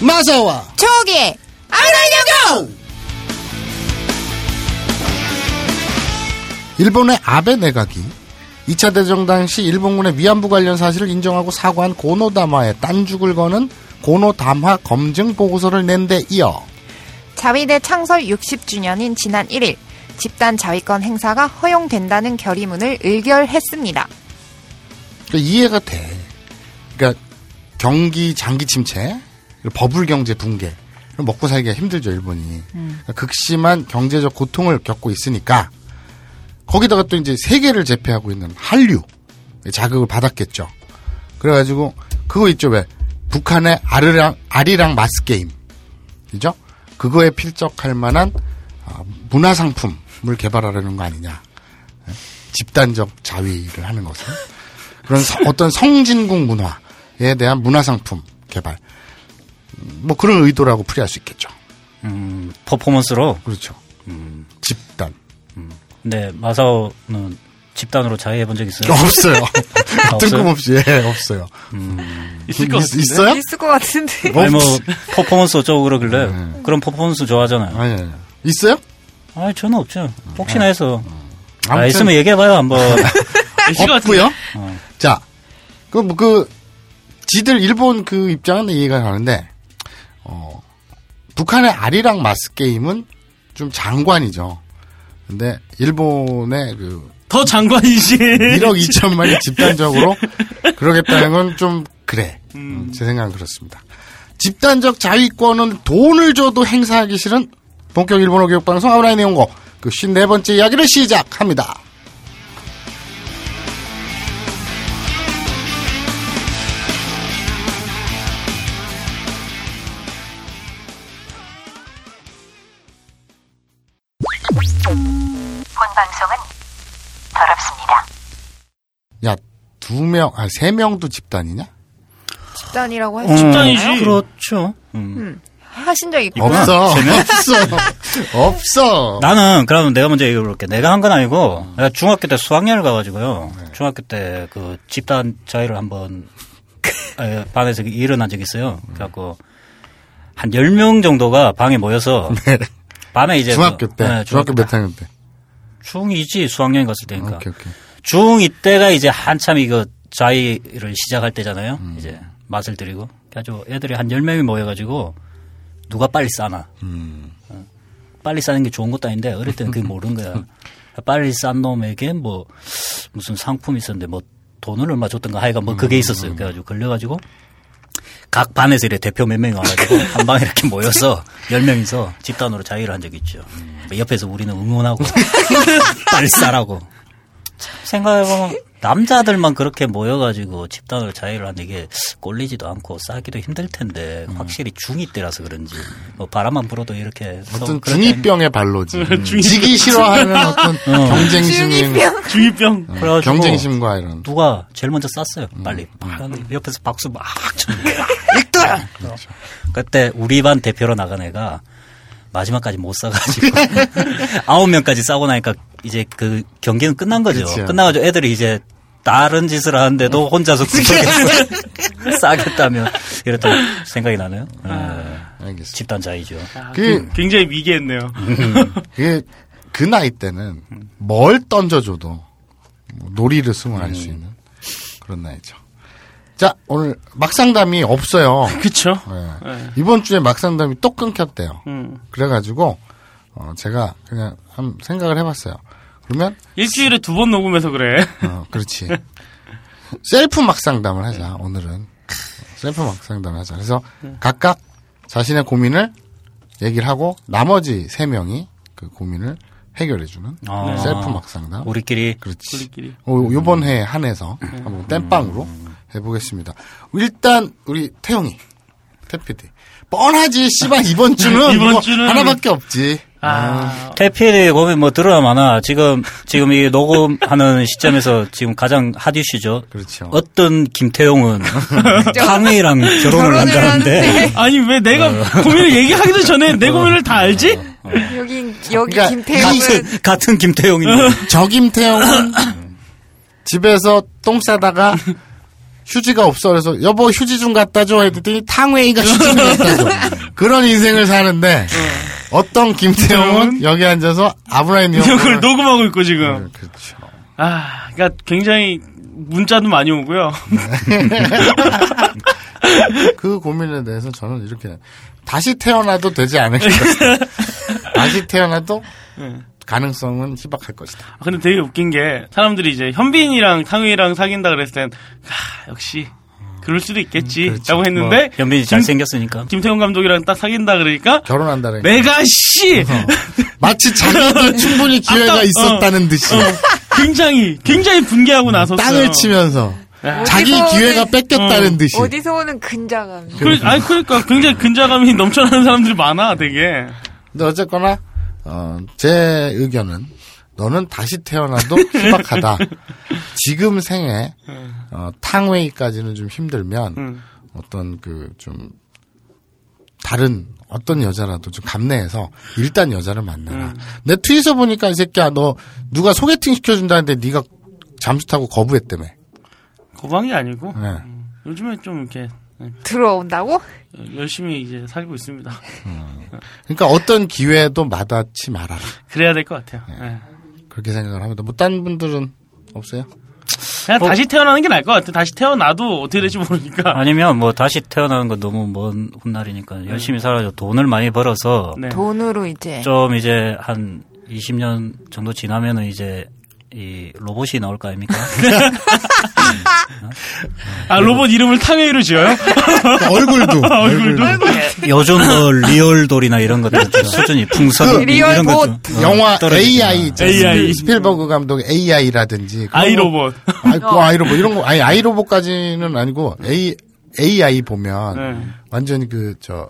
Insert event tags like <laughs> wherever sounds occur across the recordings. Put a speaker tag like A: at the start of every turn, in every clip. A: 마사와
B: 저기 아라냐고
A: 일본의 아베 내각이 2차 대전 당시 일본군의 위안부 관련 사실을 인정하고 사과한 고노다마에 딴죽을 거는 고노담화 검증 보고서를 낸 데 이어
B: 자위대 창설 60주년인 지난 1일 집단 자위권 행사가 허용된다는 결의문을 의결했습니다.
A: 그러니까 이해가 돼. 그러니까 경기 장기 침체, 그리고 버블 경제 붕괴, 그럼 먹고 살기가 힘들죠 일본이. 그러니까 극심한 경제적 고통을 겪고 있으니까 거기다가 또 이제 세계를 제패하고 있는 한류 자극을 받았겠죠. 그래가지고 그거 있죠 왜 북한의 아르랑 아리랑 마스 게임이죠. 그거에 필적할 만한 아, 문화 상품을 개발하려는 거 아니냐. 예? 집단적 자위를 하는 것은 그런 서- 어떤 성진국 문화에 대한 문화 상품 개발 음, 뭐 그런 의도라고 풀이할 수 있겠죠.
C: 음, 퍼포먼스로.
A: 그렇죠. 집단 <laughs>
C: 근데 네, 마사오는 집단으로 자위해 본 적 있어요?
A: 없어요.
C: 없어요?
A: 뜬금없이 예, 없어요.
D: 있을 것 같은데.
A: 있, 어요
B: 있을 것 같은데.
C: 아니 뭐 퍼포먼스 어쩌고 그러길래
D: 네.
C: 그런 퍼포먼스 좋아하잖아요.
A: 아니, 아니. 있어요?
C: 아 저는 없죠. 혹시나
D: 네.
C: 해서. 아
A: 아무튼
C: 있으면 얘기해봐요 한번.
D: <laughs> 있을 것 같은데.
A: 없고요. 자, 그, 뭐 그, 지들 일본 그 입장은 이해가 가는데, 어, 북한의 아리랑 마스 게임은 좀 장관이죠. 근데 일본의 그
D: 더 장관이지.
C: <laughs> 음,
A: 1억 2천만이 집단적으로 그러겠다는 건 좀 그래. 음, 제 생각은 그렇습니다. 집단적 자위권은 돈을 줘도 행사하기 싫은 본격 일본어 교육방송 아우라인 내용고 그 54번째 이야기를 시작합니다.
E: 본 방송은 더럽습니다.
A: 야, 두 명, 아, 세 명도 집단이냐?
B: <laughs> 집단이라고 하,
D: 집단이지.
C: 음, 그렇죠. 음.
B: 하신 적 있고.
A: 없어. 없어. 없어.
C: 나는 그러면 내가 먼저 얘기해 볼게. 내가 한 건 아니고 내가 중학교 때 수학여행을 가가지고요.
A: 네.
C: 중학교 때 그 집단 자위를 한번 <laughs> 에, 반에서 일어난 적이 있어요.
A: 음.
C: 그래갖고 한 10명 정도가 방에
A: <laughs>
C: 모여서 밤에 이제
A: 네. 중학교
C: 그-
A: 때.
C: 네,
A: 중학교
C: 중학교
A: 몇 학년 때?
C: 중2지 수학여행 갔을 때니까.
A: 오케이, 오케이.
C: 중2 때가 이제 한참 이거 자위를 시작할 때잖아요. 이제 맛을 들이고. 그래가지고 애들이 한 10명이 모여가지고 누가 빨리 싸나. 어. 빨리 싸는 게 좋은 것도 아닌데 어릴 때는 그게 모르는 거야. 빨리 싼 놈에게 뭐 무슨 상품이 있었는데 뭐 돈을 얼마 줬던가 하여간 뭐 그게 있었어요. 그래가지고 걸려가지고 각 반에서 이래 대표 몇 명이 와가지고 한 방에 이렇게 모여서 열명이서 집단으로 자위를 한 적이 있죠. 음. 뭐 옆에서 우리는 응원하고 빨리 싸라고. 참 생각해보면 남자들만 그렇게 모여가지고 집단으로 자위를 하는 게 꼴리지도 않고 싸기도 힘들 텐데 확실히 중2 때라서 그런지 뭐 바람만 불어도 이렇게
A: 어떤
C: 그럴 때는
A: 중2병의 발로지.
D: 중이-
A: 지기 싫어하는 어떤 경쟁심,
D: 중이병.
C: 그래가지고
A: 경쟁심과 이런.
C: 누가 제일 먼저 쐈어요. 빨리.
A: 음,
C: 막 하는데 옆에서 박수 막 쳤는데. 1등!
A: 그렇죠.
C: 그때 우리 반 대표로 나간 애가 마지막까지 못 싸가지고
A: <laughs>
C: 아홉 명까지 싸고 나니까 이제 그 경기는 끝난 거죠.
A: 그렇죠. 음.
C: 끝나가지고 애들이 이제 다른 짓을 하는데도
A: <laughs>
C: 혼자서 싸겠어. 싸겠다면 이랬다 생각이 나네요.
A: 아.
C: 예.
A: 알겠습니다.
C: 집단 자이죠.
D: 예.
A: 그,
D: 음. 굉장히 미개했네요.
A: 그게 그 나이 때는 뭘 던져줘도 뭐 놀이를 승화할
D: 음.
A: 수 있는 그런 나이죠. 자, 오늘 막상담이
D: <laughs>
A: 없어요.
D: 그쵸.
A: 예.
D: 네.
A: 이번 주에 막상담이 또 끊겼대요.
D: 음.
A: 그래가지고 어, 제가 그냥 한 생각을 해봤어요. 그러면
D: 일주일에 두 번 녹음해서 그래.
A: 어, 그렇지. 셀프 막상담을 하자, 오늘은. 셀프 막상담을 하자. 그래서 각각 자신의 고민을 얘기를 하고 나머지 세 명이 그 고민을 해결해주는
C: 아.
A: 셀프 막상담.
C: 우리끼리
A: 그렇지.
D: 우리끼리. 음.
A: 어, 요번 해에 한해서 한번 땜빵으로 해보겠습니다. 일단 우리 태용이, 태피디. 뻔하지, 씨발, 이번 주는,
D: <laughs> 이번
A: 이거
D: 주는-
A: 하나밖에 없지.
D: 아,
C: 태필의 고민 뭐 들어야 많아. 지금, 지금 이 <laughs> 녹음하는 시점에서 지금 가장 핫 이슈죠.
A: 그렇죠.
C: 어떤 <laughs> 김태용은 강의랑 결혼을 한다는데.
D: 아니 왜 내가 고민을 얘기하기도 전에 내 고민을 다 알지?
B: 여기 여기
A: 그러니까
B: 김태형은
C: <laughs> 같은,
A: <coughs>
C: 같은 <laughs> 김태용인데.
A: 저김태형은 집에서 똥 싸다가 휴지가 없어 그래서 여보 휴지 좀 갖다 줘 했더니 탕웨이가 휴지 좀 갖다 줘 그런 인생을 사는데 어떤 김태형은
D: 김태형은
A: 여기 앉아서 아브라함
D: 그걸
A: 영화를
D: 녹음하고 있고 지금.
A: 그렇죠.
D: 아, 그러니까 굉장히 문자도 많이 오고요.
A: 그 고민에 대해서 저는 이렇게 다시 태어나도 되지 않을 것이다. 다시 태어나도 가능성은 희박할 것이다.
D: 아, 근데 되게 웃긴 게 사람들이 이제 현빈이랑 상우이랑 사귄다 그랬을 땐 아, 역시 그럴 수도 있겠지라고 뭐. 했는데
C: 현빈이
D: 김-
C: 잘생겼으니까.
D: 김태훈 감독이랑 딱 사귄다 그러니까
A: 결혼한다는
D: 내가 씨
A: 마치 자기도 충분히 기회가
D: 아까- 어.
A: 있었다는 듯이
D: <laughs> 굉장히 굉장히 분개하고 나섰어요. 네.
A: 땅을 치면서 자기
B: 어디서
A: 기회가
B: 오는-
A: 뺏겼다는 듯이
B: 어디서 오는 근자감.
D: 그래, 아니 그러니까 굉장히 근자감이 <laughs> 넘쳐나는 사람들이 많아 되게.
A: 근데 어쨌거나 어, 제 의견은 너는 다시
D: <laughs>
A: 태어나도 희박하다. 지금 생에 어, 탕웨이까지는 좀 힘들면
D: 음.
A: 어떤 그 좀 다른 어떤 여자라도 좀 감내해서 일단 여자를 만나라.
D: 음.
A: 내 트위터 보니까 이 새끼야 너 누가 소개팅 시켜준다는데 네가 잠수 타고 거부했다며. 예.
D: 거방이 아니고
A: 네.
D: 요즘에 좀 이렇게
B: 들어온다고?
D: 열심히 이제 살고 있습니다.
A: 그러니까 어떤 기회도 마다치 말아라.
D: <laughs> 그래야 될 것 같아요. 예.
A: 그렇게 생각을 합니다. 뭐 다른 분들은 없어요?
D: 그냥 다시 태어나는 게 나을 것 같아. 다시 태어나도 어떻게 될지 모르니까.
C: 아니면 뭐 다시 태어나는 건 너무 먼 훗날이니까 열심히 살아서 돈을 많이 벌어서
D: 네.
B: 돈으로 이제.
C: 좀 이제 한 20년 정도 지나면은 이제 이 로봇이 나올 거 <laughs> 아닙니까?
D: 아 로봇 이름을 탕웨이로 지어요?
A: <laughs>
D: 그
A: 얼굴도 얼굴도
C: 요즘 뭐 리얼돌이나 이런 것들 <laughs> 좀 수준이 풍선
B: 그
C: 이런
B: 리얼봇.
C: 것도 어,
A: 영화 AI 있잖아요.
D: AI.
A: 스필버그 감독의 AI라든지
D: 아이로봇.
A: 아이로봇 이런 거 아니 아이로봇까지는 아니고 A AI 보면
D: 네.
A: 완전히 그 저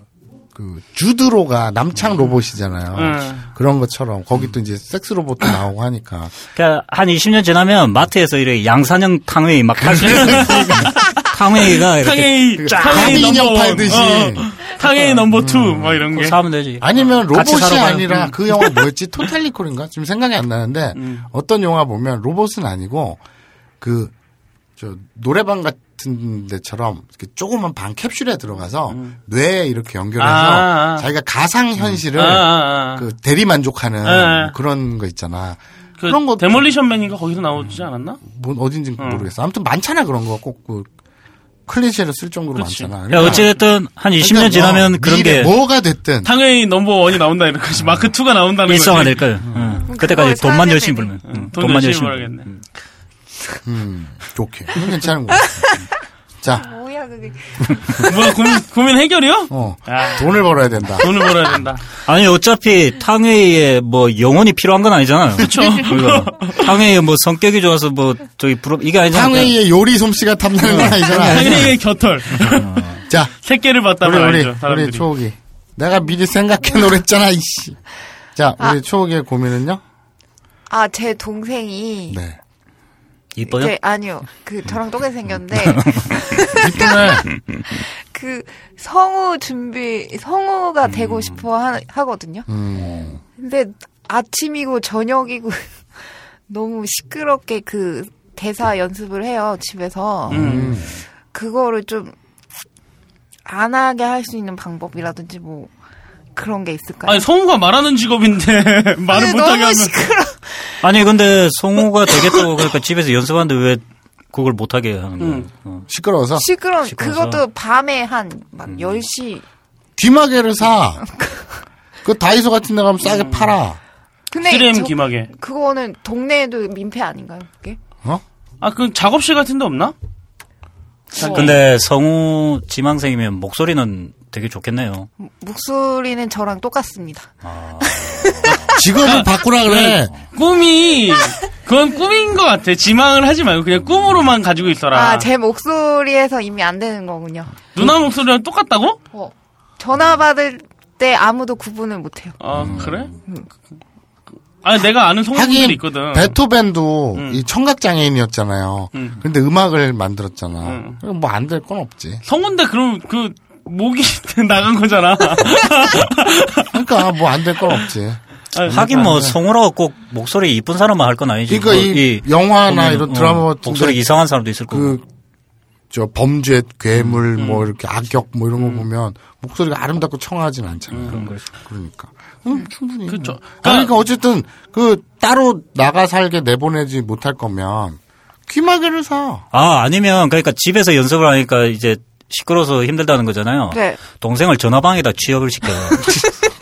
A: 그 주드로가 남창 로봇이잖아요.
D: 네.
A: 그런 것처럼 거기 또 이제 섹스 로봇도 나오고 하니까
C: 그러니까 한 20년 지나면 마트에서 이래 양산형 탕웨이 막 팔수 있는 탕웨이가 이렇게
D: 탕웨이,
A: 가비
D: 탕웨이
A: 인형
D: 넘버 원.
A: 팔듯이.
D: 어, 어. 탕웨이 넘버 투, 막 이런
C: 그거
D: 게.
C: 뭐 사면 되지.
A: 아니면
C: 같이
A: 로봇이
C: 사러 가요. 음.
A: 아니라 그 영화 뭐였지? 토탈리콜인가? 지금 생각이 안 나는데 어떤 영화 보면 로봇은 아니고 그 저 노래방 같은 데처럼 이렇게 조그만 방 캡슐에 들어가서
C: 음.
A: 뇌에 이렇게 연결해서
D: 아, 아.
A: 자기가 가상 현실을
C: 음.
D: 아, 아, 아. 그,
A: 그 대리 만족하는
D: 아, 아.
A: 그런 거 있잖아. 그런 거
D: 데몰리션맨인가 거기서 나오지 않았나?
A: 뭔 어딘지
C: 음.
A: 모르겠어. 아무튼 많잖아 그런 거 꼭 그 클리셰로 쓸 정도로
D: 그치.
A: 많잖아.
C: 야, 그러니까 어찌됐든 한 20년 지나면 그런
A: 그러니까. 뭐 미래
C: 게
A: 뭐가 됐됐든
D: 탕웨이 넘버 원이 나온다 이런 거지. 마크 투가 나온다는 거지. 음,
C: 일상화 될 거예요. 응. 그때까지
B: 그걸
C: 돈만
B: 사야
C: 열심히
B: 되네.
C: 벌면. 응,
D: 돈 열심히 벌겠네.
A: 음, 좋게. 이건 괜찮은 거 같아. 음. 자,
B: 뭐야 그게.
D: 뭐야 고민 고민 해결이요?
A: 어.
D: 아,
A: 돈을 벌어야
D: <laughs>
A: 된다.
D: 돈을 벌어야 된다.
C: 아니 어차피 탕웨이에 뭐 영혼이 필요한 건 아니잖아요. 그렇죠. 탕웨이에 뭐 성격이 좋아서 뭐 저기 부럽 이게 아니잖아요.
A: 상회의 요리 솜씨가 탐나는 건 <laughs>
D: <laughs>
A: 아니잖아.
D: 탕웨이의 겨털.
A: 자,
D: 새끼를
A: 우리,
D: 봤다면
A: 우리,
D: 알죠.
A: 우리
D: 사람들이.
A: 초옥이. 내가 미리 생각해 놓랬잖아, 이씨. 자, 우리 초옥이의 고민은요?
B: 아, 제 동생이.
A: 네.
C: 그러니까 이뻐요?
B: 제- 아니요. 그 저랑 똑같이
D: <laughs>
B: 생겼는데
A: 이때는,
B: <laughs> 그 성우 준비 성우가
D: 음.
B: 되고 싶어 하, 하거든요.
A: 음,
B: 근데 아침이고 저녁이고 <laughs> 너무 시끄럽게 그 대사 연습을 해요 집에서
D: 음.
B: 그거를 좀 안 하게 할 수 있는 방법이라든지 뭐 그런 게 있을까요?
D: 아니 성우가 말하는 직업인데 <laughs> 말을
B: 근데
D: 못하게
B: 너무
D: 하면
B: 시끄러.
C: 아니 근데 송우가 되겠다고 그러니까 집에서 연습하는데 왜 그걸 못하게 하는 거야?
D: 음.
C: 어.
A: 시끄러워서.
B: 시끄러.
C: 시끄러워서.
B: 그것도 밤에 한막
D: 음.
B: 10시.
A: 귀마개를 사. 그 다이소 같은 데 가면 싸게 팔아.
B: 근데
D: 트램
B: 저-
D: 기막에.
B: 그거는 동네에도 민폐 아닌가요? 그게?
A: 어?
D: 아, 그 작업실 같은 데
B: 어.
D: 없나? 그렇죠.
C: 근데 성우 지망생이면 목소리는 되게 좋겠네요.
B: 목소리는 저랑 똑같습니다.
A: 직업을 바꾸라 그래.
D: 꿈이 그건 꿈인 것 같아. 지망을 하지 말고 그냥 꿈으로만 가지고 있어라.
B: 아, 제 목소리에서 이미 안 되는 거군요.
D: 누나 목소리랑 똑같다고?
B: 어. 전화 받을 때 아무도 구분을 못해요.
D: 아 그래? 아니 내가 아는 성우분들
A: 하긴
D: 있거든.
A: 베토벤도
D: 음.
A: 이 청각 장애인이었잖아요.
D: 음.
A: 근데 음악을 만들었잖아.
D: 음.
A: 뭐 안 될 건 없지.
D: 성우인데 그럼 그 목이 <laughs> 나간
A: <laughs>
D: 거잖아.
A: 그러니까 뭐 안 될 건 없지.
D: 네,
C: 하긴
D: 그렇죠.
C: 뭐 성우라고 꼭 목소리 이쁜 사람만 할 건 아니지.
A: 그러니까
C: 뭐
A: 이
C: 이
A: 영화나
C: 보면은,
A: 이런
C: 어,
A: 드라마 같은
C: 목소리
A: 데
C: 이상한 사람도 있을 거고.
A: 그 저 범죄, 괴물,
C: 음.
A: 뭐 이렇게 악역 뭐 이런 거 보면 목소리가 아름답고 청아하진 않잖아요.
C: 그런 걸.
A: 그러니까. 음, 충분히.
D: 그쵸.
A: 아니, 그러니까 어쨌든 그 따로 나가 살게 내보내지 못할 거면 귀마개를 사.
C: 아, 아니면, 그러니까 집에서 연습을 하니까 이제 시끄러워서 힘들다는 거잖아요.
B: 네.
C: 동생을 전화방에다 취업을 시켜. <laughs>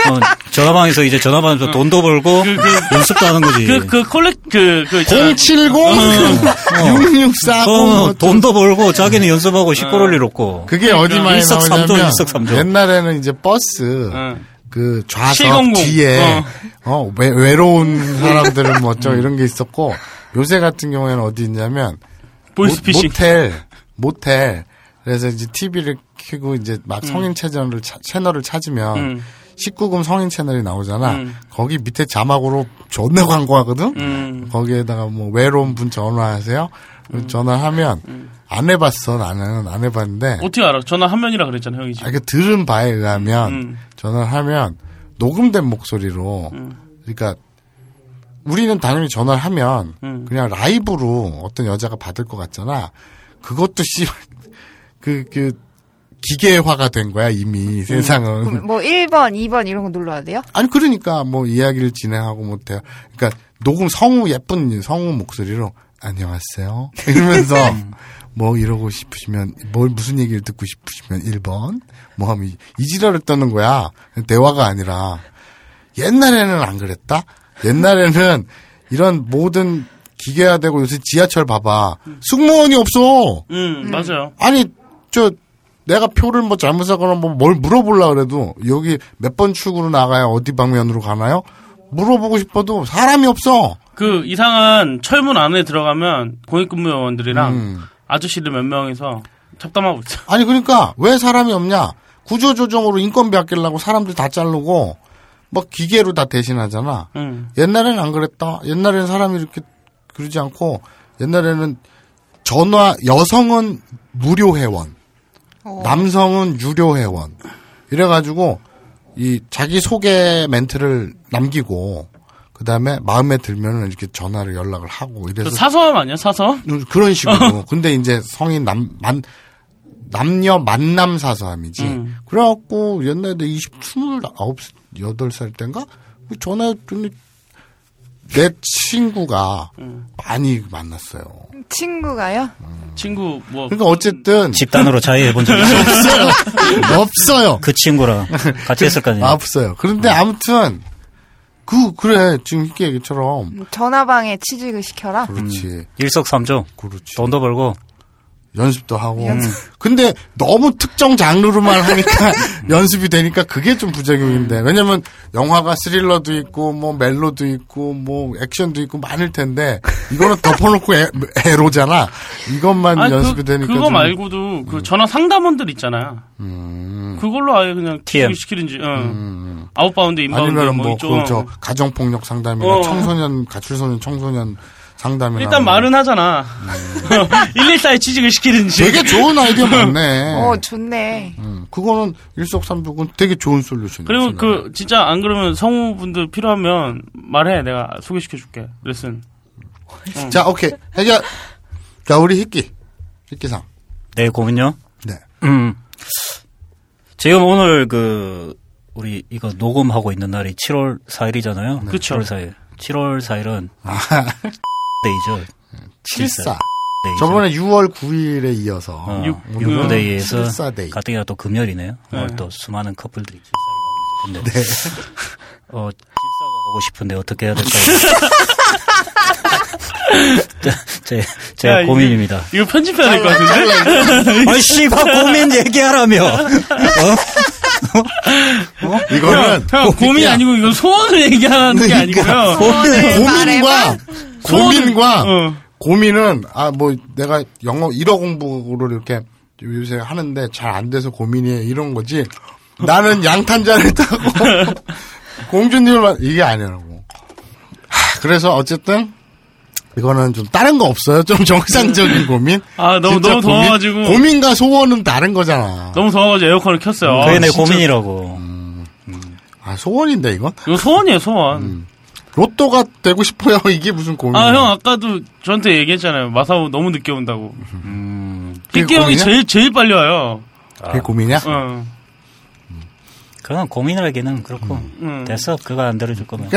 C: 어, 전화방에서 이제 전화방에서 돈도 벌고 연습도 하는 거지.
D: 그, 그, 콜렉, 그, 그, 있잖아.
A: 070 6640.
D: 그,
C: 어, 돈도 벌고 자기는
D: 네.
C: 연습하고 시끄러울 일 없고.
A: 뭐 그게 어디 많이
C: 그러니까. 일석삼조,
A: 나오냐면
C: 일석삼조. 어.
A: 옛날에는 이제 버스
D: 응.
A: 그 좌석
D: 700.
A: 뒤에
D: 어.
A: 어, 외, 외로운
C: <laughs>
A: 사람들은 뭐 어쩌고 이런 게 있었고 요새 같은 경우에는 어디 있냐면
D: 보이스피싱.
A: 모, 텔 모텔 그래서 이제 TV를 켜고 이제 막 성인 채널을 차- 채널을 찾으면
D: 음.
A: 19금 성인 채널이 나오잖아.
D: 음.
A: 거기 밑에 자막으로 존나 광고하거든.
D: 음.
A: 거기에다가 뭐 외로운 분 전화하세요. 전화하면
D: 음.
A: 안 해봤어 나는 안 해봤는데
D: 어떻게 알아? 전화 한 면이라 그랬잖아, 형이 지금.
A: 아, 그 들은 바에 의하면
D: 음.
A: 전화하면 녹음된 목소리로 그러니까 우리는 당연히 전화하면
D: 음.
A: 그냥 라이브로 어떤 여자가 받을 것 같잖아. 그것도 <laughs> 씨그그 기계화가 된 거야
D: 음.
A: 이미 세상은.
B: 뭐 1번, 2번 이런 거 눌러야 돼요?
A: 아니 그러니까 뭐 이야기를 진행하고 뭐 대, 그러니까 녹음 성우 예쁜 성우 목소리로 안녕하세요 <laughs> 이러면서 뭐 이러고 싶으시면 뭘 무슨 얘기를 듣고 싶으시면 1번 뭐 하면 이- 이 지랄을 떠는 거야 대화가 아니라 옛날에는 안 그랬다 옛날에는 이런 모든 기계화되고 요새 지하철 봐봐 승무원이 없어
D: 음, 맞아요.
A: 아니 저 내가 표를 뭐 잘못 사거나 뭐 뭘 물어보려 그래도 여기 몇 번 출구로 나가야 어디 방면으로 가나요? 물어보고 싶어도 사람이 없어.
D: 그 이상한 철문 안에 들어가면 공익근무 요원들이랑
A: 음.
D: 아저씨들 몇 명이서 잡담하고 있어.
A: 아니 그러니까 왜 사람이 없냐? 구조 조정으로 인건비 아끼려고 사람들 다 자르고 뭐 기계로 다 대신하잖아.
D: 음.
A: 옛날에는 안 그랬다. 옛날에는 사람이 이렇게 그러지 않고 옛날에는 전화 여성은 무료 회원, 남성은 유료 회원 이래가지고 이 자기 소개 멘트를 남기고 그 다음에 마음에 들면은 이렇게 전화를 연락을 하고
D: 그
A: 이래서
D: 사서함 아니야, 사서?
A: 그런 식으로. 근데 이제 성인 남, 만, 남녀 만남 사서함이지.
D: 음.
A: 그래갖고 옛날에 20, 29, 8살 땐가? 그 전화했더니 내 친구가 많이 만났어요.
B: 친구가요?
D: 친구 뭐
A: 그러니까 어쨌든
C: 집단으로 자위해 본 적이 있어.
A: 없어요. 없어요.
C: 그 친구랑 같이 했을 거 아니에요.
A: 아, 없어요. 그런데 아무튼 그 그래 지금 희게 얘기처럼
B: 전화방에 취직을 시켜라?
A: 그렇지
C: 음. 일석삼조.
A: 그렇지
C: 돈도 벌고.
A: 연습도 하고.
D: 음.
A: 근데 너무 특정 장르로만 하니까 <laughs> 연습이 되니까 그게 좀 부작용인데. 왜냐면 영화가 스릴러도 있고 뭐 멜로도 있고 뭐 액션도 있고 많을 텐데 이거는 덮어놓고 애, 로잖아 이것만
D: 아니,
A: 연습이
D: 그,
A: 되니까.
D: 그거
A: 좀- 음.
D: 말고도 그 전화 상담원들 있잖아요. 그걸로 아예 그냥
C: TM.
D: 시키는지. 응. 아웃바운드 인바운드
A: 음, 아니면
D: 뭐
A: 뭐
D: 이쪽.
A: 그 저 가정폭력 상담이나
D: 어.
A: 청소년 가출소년 청소년 상담이나
D: 일단
A: 뭐.
D: 말은 하잖아.
A: 음.
D: <laughs> 114에 취직을 시키는지.
A: 되게 좋은
D: <laughs>
A: 아이디어 많네.
B: 어, 좋네.
A: 음, 그거는 일석삼조군 되게 좋은 솔루션이야.
D: 그리고 그 진짜 안 그러면 성우분들 필요하면 말해 내가 소개시켜줄게 레슨
A: 음. 자 오케이 해결. 자 우리 희끼 희끼상.
C: 내 고민요?
A: 네.
C: 음. 지금 오늘 그 우리 이거 녹음하고 있는 날이 7월
A: 네.
C: 4일이잖아요.
D: 그쵸.
C: 7월 4일. 7월 4일은
A: 아.
C: 데이죠.
A: 칠사.
C: 데이죠.
A: 저번에 6월 9일에 이어서
C: 어,
D: 육-
C: 육구데이에서
A: 칠사데이.
C: 가뜩이나 또 금요일이네요. 오늘 또 수많은 커플들이 질사를
A: 네.
C: 하고 싶은데 어 질사가 하고 싶은데 어떻게 해야
D: <laughs>
C: 될까요? <laughs> 제, 제
D: 야, 이거-
C: 고민입니다.
D: 이거 편집해야 될 것
A: 아,
D: 같은데
C: 아이씨, 바 고민 얘기하라며. 어?
A: 이거는
D: 형 고민이
A: 야,
D: 아니고 이건 소원을 얘기하는 게
A: 뭐, 그러니까.
D: 아니고요 네.
B: 오늘
A: 고민과 고민과
D: 어.
A: 고민은 아 뭐 내가 영어 일어 공부를 이렇게 요새 하는데 잘 안 돼서 고민이에요 이런 거지. 나는 양탄자를 <laughs> 타고 공주님을 만- 이게 아니라고. 하, 그래서 어쨌든 이거는 좀 다른 거 없어요. 좀 정상적인 고민.
D: 아, 너무-
A: 진짜
D: 너무
A: 고민?
D: 더워가지고.
A: 고민과 소원은 다른 거잖아.
D: 너무 더워가지고 에어컨을
A: 음,
D: 켰어요
C: 그게 내
D: 아, 진짜.
C: 고민이라고.
A: 아 소원인데 이건.
D: 이거 소원이에요 소원
A: 로또가 되고 싶어요. <laughs> 이게 무슨 음, 고민?
D: 아, 형, 아까도 저한테 얘기했잖아요. 마사오 너무 늦게 온다고.
A: 음, 그게
D: 빅게 형이
A: 고민이야?
D: 제일, 제일 빨리 와요.
A: 그게 고민이야? <laughs>
D: 어.
C: 그건 고민을 하기는 그렇고
D: 음.
C: 됐어 그거 안 들어줄 거면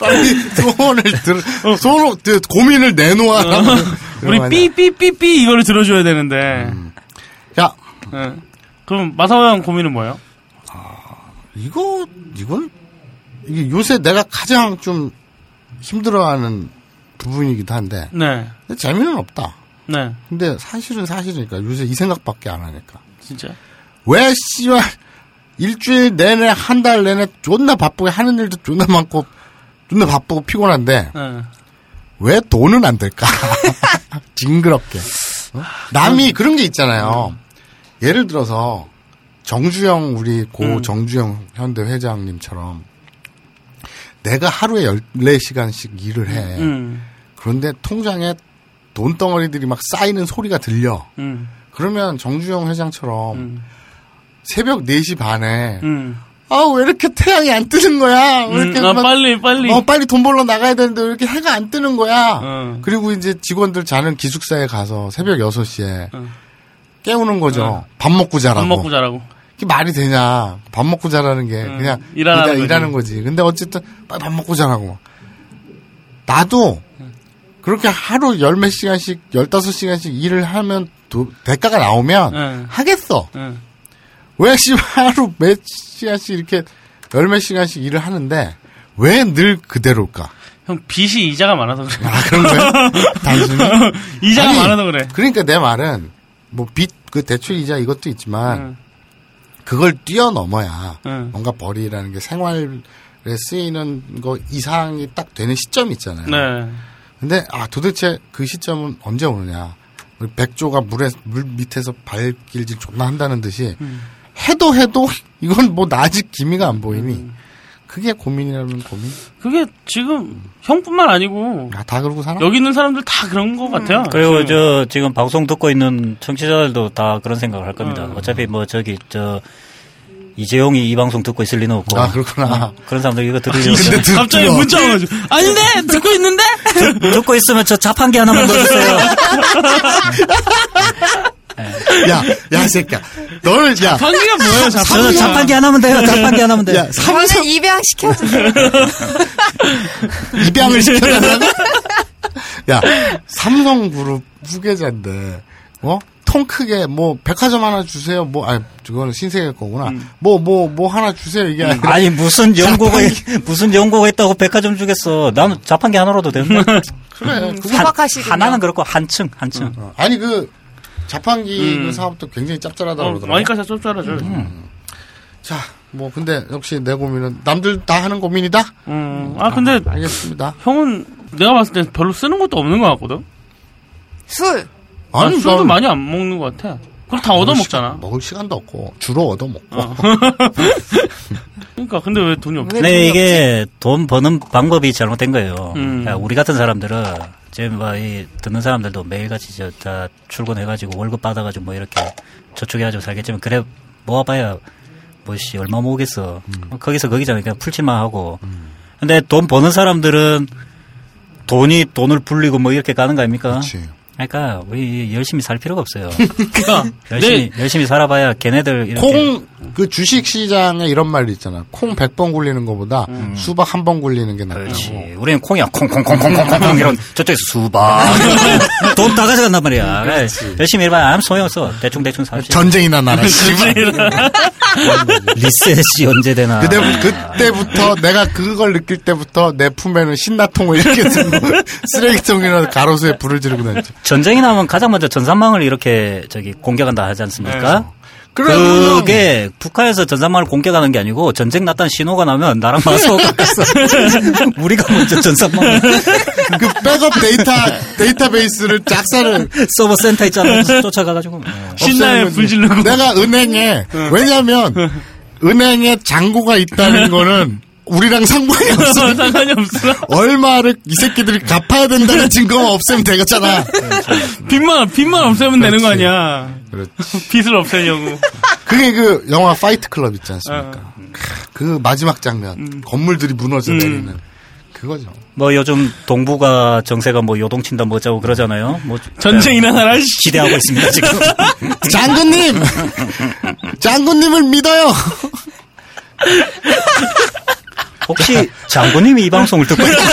A: 빨리
D: 네.
A: 소원을 들 소로 그 고민을 내놓아라.
D: 어. 우리 삐삐삐삐 이거를 들어줘야 되는데.
A: 음. 야
D: 예. 그럼 마사오 형 고민은 뭐예요?
A: 이거 이건 이게 요새 내가 가장 좀 힘들어하는 부분이기도 한데
D: 네.
A: 근데 재미는 없다.
D: 네.
A: 근데 사실은 사실이니까 요새 이 생각밖에 안 하니까
D: 진짜.
A: 왜 씨발 일주일 내내 한 달 내내 존나 바쁘게 하는 일도 존나 많고 존나 바쁘고 피곤한데
D: 예.
A: 왜 돈은 안
D: <laughs>
A: 될까? 징그럽게. 어?
D: 음.
A: 남이 그런 게 있잖아요. 예를 들어서 정주영 우리 고
D: 음.
A: 정주영 현대 회장님처럼 내가 하루에 14시간씩 일을 해.
D: 음.
A: 그런데 통장에 돈덩어리들이 막 쌓이는 소리가 들려.
D: 음.
A: 그러면 정주영 회장처럼
D: 음.
A: 새벽 4시 반에
D: 음.
A: 아 왜 이렇게 태양이 안 뜨는 거야? 왜 이렇게
D: 음. 아,
A: 막
D: 빨리, 빨리.
A: 어, 빨리 돈 벌러 나가야 되는데 왜 이렇게 해가 안 뜨는 거야?
D: 어.
A: 그리고 이제 직원들 자는 기숙사에 가서 새벽 6시에
D: 어.
A: 깨우는 거죠. 밥 먹고 자라고.
D: 밥 먹고 자라고.
A: 이게 말이 되냐. 밥 먹고 자라는 게
D: 음,
A: 그냥
D: 일하는 거지.
A: 일하는 거지. 근데 어쨌든 빨리 밥 먹고 자라고. 나도 그렇게 하루 열 몇 시간씩, 열다섯 시간씩 일을 하면 도- 대가가 나오면
D: 음.
A: 하겠어.
D: 예.
A: 왜 씨발 하루 몇 시간씩 이렇게 열 몇 시간씩 일을 하는데 왜 늘 그대로일까?
D: 형, 빚이 이자가 많아서 그래.
A: 아, 그런
D: <laughs>
A: 거예요? 단순히?
D: 이자가
A: 아니,
D: 많아서 그래.
A: 그러니까 내 말은, 뭐, 빚, 그 대출 이자 이것도 있지만,
D: 음.
A: 그걸 뛰어넘어야,
D: 음.
A: 뭔가 벌이라는 게 생활에 쓰이는 거 이상이 딱 되는 시점이 있잖아요.
D: 네.
A: 근데, 아, 도대체 그 시점은 언제 오느냐. 우리 백조가 물에, 물 밑에서 발길질 존나 한다는 듯이,
D: 음.
A: 해도 해도, <laughs> 이건 뭐, 아직 기미가 안 보이니,
D: 음.
A: 그게 고민이라면 고민?
D: 그게 지금 형뿐만 아니고
A: 아, 다 그러고 살아?
D: 여기 있는 사람들 다 그런 것 같아요.
C: 음. 그리고
D: 지금.
C: 저 지금 방송 듣고 있는 청취자들도 다 그런 생각을 할 겁니다.
D: 음.
C: 어차피 뭐 저기 저 이재용이 이 방송 듣고 있을 리는 없고 어?
A: 아, 그렇구나.
C: 그런 사람들 이거 들으려고 <laughs>
A: 근데 들-
D: 갑자기
A: 들어.
D: 문자 와가지고 아닌데 듣고 있는데
C: 듣고 있으면 저 자판기 하나만 넣어주세요.
A: 야, 야, 이 새끼야. 너는, 야.
D: 관계가
C: 저는
D: 뭐예요? 자판기가.
C: 자판기 하나만 돼요. 자판기 하나만 돼요.
A: 야, 삼,
B: 저는 입양 시켜주세요.
A: 입양을 시켜달라고? 야, 삼성그룹 후계자인데, 어? 통 크게, 뭐, 백화점 하나 주세요. 뭐, 아니, 그거는 신세계 거구나.
D: 음.
A: 뭐, 뭐, 뭐 하나 주세요. 이게 아니라.
C: 아니 무슨 연구가 무슨 연구가 있다고 백화점 주겠어. 나는 자판기 하나로도 되는데.
A: 그래. 그거-
B: 소박하시군요. 어,
C: 하나는 그렇고 한층 한층.
A: 아니, 그, 자판기 그 사업도 굉장히 짭짤하다고
D: 음. 어,
A: 그러더라고.
D: 많이까지 쫓아라죠.
A: 자, 뭐, 근데 역시 내 고민은 남들 다 하는 고민이다?
D: 음. 아 근데
A: 알겠습니다.
D: 형은 내가 봤을 때 별로 쓰는 것도 없는 것 같거든.
B: 술.
D: 아니, 술도
A: 난
D: 많이 안 먹는 것 같아. 그걸 다 얻어
A: 먹을
D: 먹잖아.
A: 시간- 먹을 시간도 없고, 주로 얻어먹고.
D: 그러니까 근데 왜 돈이 없지?
B: 왜
C: 근데
B: 돈이
C: 네, 이게 돈 버는 방법이 잘못된 거예요.
D: 음.
C: 야, 우리 같은 사람들은 지금 뭐이 듣는 사람들도 매일같이 저다 출근해가지고 월급 받아가지고 뭐 이렇게 저축해가지고 살겠지만 그래 모아봐야 뭐씨 얼마 모으겠어.
B: 음.
C: 뭐 거기서 거기잖아요. 그냥 풀칠만 하고. 근데 돈 버는 사람들은 돈이 돈을 불리고 뭐 이렇게 가는 거 아닙니까?
A: 그치.
C: 러니까 우리 열심히 살
B: <laughs>
C: 필요가 없어요.
D: 그러니까 내
B: 네.
C: <laughs> 열심히 열심히 살아봐야 걔네들 이렇게
A: 콩 그 주식 시장에 이런 말이 있잖아. 콩 100번 굴리는 것보다 수박 한 번 굴리는 게 낫다고.
C: 그렇지. 어. 우리는 콩이야. 콩콩콩콩콩콩콩 이런 저쪽에서 수박. <laughs> 돈 다 가져간단 말이야. 열심히 일봐야 아무 소용없어. 대충대충 살지.
A: 전쟁이나 나라. 씨발.
C: 리셋이 언제 되나.
A: 그때, 그때부터 내가 그걸 느낄 때부터 내 품에는 신나통을 이렇게 들고 <laughs> 쓰레기통이나 가로수에 불을 지르고 다녔죠.
C: 전쟁이 나면 가장 먼저 전산망을 이렇게 저기 공격한다 하지 않습니까?
A: 그러면은
C: 그게 북한에서 전산망을 공격하는 게 아니고 전쟁 났다는 신호가 나면 나랑 마소가 갔어. <laughs> 우리가 먼저 전산망
A: 그 백업 데이터 데이터베이스를 짝사를
C: <laughs> 서버 센터 있잖아. 쫓아가가지고. 네.
D: 신나게
A: 없애는
D: 불
A: 거지.
D: 지르고.
A: 내가 은행에 왜냐하면 은행에 잔고가 있다는 거는 우리랑 상관이 없어.
D: <laughs> 상관이 없어.
A: 얼마를 이 새끼들이 갚아야 된다는 증거만 없애면 되겠잖아.
D: 빚만 빚만 없애면 되는 거 아니야.
A: 그렇지.
D: <laughs>
A: <laughs>
D: 빚을 없애려고. 어.
A: 그게 그 영화 파이트 클럽 있지 않습니까? 크, 그 마지막 장면
D: 음.
A: 건물들이 무너져 내리는 그거죠.
C: 뭐 요즘 동북아 정세가 뭐 요동친다 뭐 어쩌고 그러잖아요. 뭐
D: 전쟁 일어나라. 씨.
C: 기대하고 있습니다 지금.
A: 장군님, <laughs> 장군님을 믿어요.
C: 혹시 장군님이 이 방송을 <laughs> 듣고 있나요?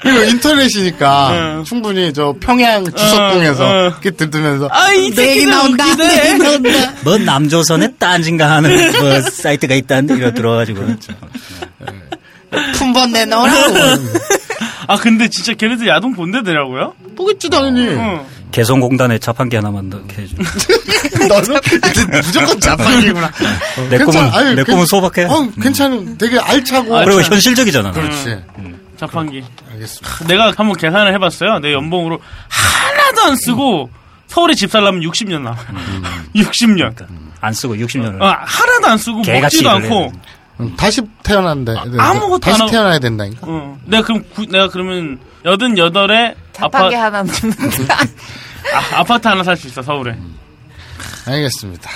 A: 그리고 인터넷이니까 충분히 저 평양
D: 어,
A: 주석궁에서
D: 어.
A: 이렇게 들으면서
D: 아, 이 새끼들 웃기네.
A: 나온다.
C: 뭐 남조선에 딴진가 하는 뭐 사이트가 있다는데 이러 들어가지고
A: 품번 <laughs> 내놓으라고.
D: 아 근데 진짜 걔네들 야동 본대더라고요.
A: 보겠지 당연히.
D: 응.
C: 개성공단에 자판기 하나 만들게 해줘.
A: 너는 무조건 자판기구나.
D: 어.
C: 내 꿈은- 내 꿈은 소박해.
A: 어, 괜찮은. 되게 알차고.
D: 음.
C: 그렇죠. 그리고 현실적이잖아.
A: 그렇지.
D: 자판기.
A: 알겠습니다.
D: 내가 한번 계산을 해봤어요. 내 연봉으로 하나도 안 쓰고 서울에 집 살려면 60년 남아.
A: 음.
D: <laughs> 60년.
A: 그러니까.
C: 안 쓰고 60년을.
D: 어, 하나도 안 쓰고
C: 개같이
D: 먹지도
C: 일을 해야
D: 않고.
C: 돼.
A: 음, 다시 태어난다.
D: 아무것도
A: 다시
D: 안 하고-
A: 태어나야 된다니까.
D: 어. 내가 그럼 구- 내가 그러면 여든 여덟에 아파
B: 자판기 하나 넣는다.
D: 아, 파트 하나 살 수 있어 서울에.
A: 음. 알겠습니다.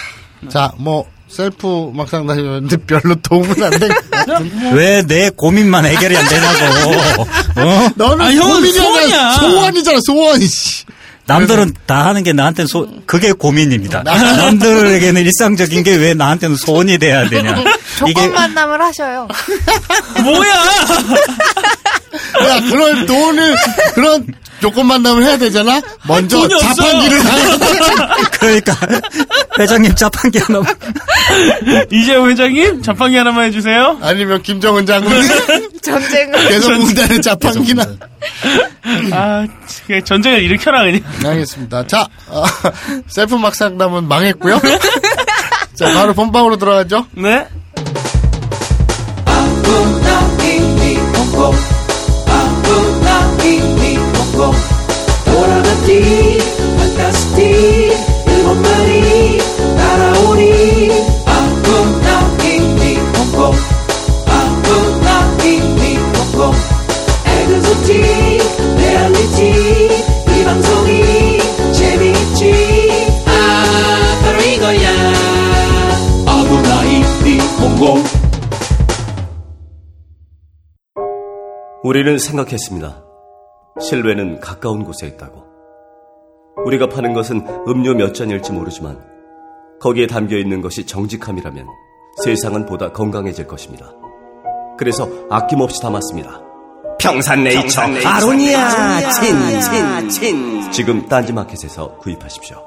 A: 자, 뭐 셀프 막상 다니는데 별로 도움은
D: <laughs>
A: 안 돼.
C: 왜 내 고민만 해결이 안 되냐고. 어?
A: 너는
D: 아, 형은
A: 고민이
D: 소원이야.
A: 아니라 소원이잖아, 소원이.
C: 남들은 다 하는 게 나한테는 소, 그게 고민입니다. 남들에게는 일상적인 게 왜 나한테는 소원이 돼야 되냐.
B: 조건 만남을 하셔요.
D: 아, 뭐야?
A: 야, 그런 돈을 그런 조건 만남을 해야 되잖아. 먼저
D: 돈이 없어.
A: 자판기를
D: <laughs>
A: 사야 돼.
C: 그러니까 회장님 자판기 하나
D: 이제 회장님 자판기 하나만 해주세요.
A: 아니면 김정은
D: <laughs>
A: 장군이
B: 전쟁을.
A: 계속 공단의 자판기나.
D: 아 그냥 전쟁을 일으켜라 그냥.
A: 알겠습니다. 자, 아, <laughs> 셀프 막상담은 망했고요.
D: <laughs>
A: 자, 바로 본방으로 들어가죠.
D: 네.
F: 아무나 의미없고 아무나 의미없고 돌아간 뒤 반다스 뒤 일본말이 따라오니 아무나 의미없고 아무나 의미없고 애그소티 레알리티 이 방송이 재미있지 아 바로 이거야 아무나 의미없고
G: 우리는 생각했습니다. 실외는 가까운 곳에 있다고. 우리가 파는 것은 음료 몇 잔일지 모르지만 거기에 담겨 있는 것이 정직함이라면 세상은 보다 건강해질 것입니다. 그래서 아낌없이 담았습니다. 평산네이처 아로니아 진진진 지금 딴지마켓에서 구입하십시오.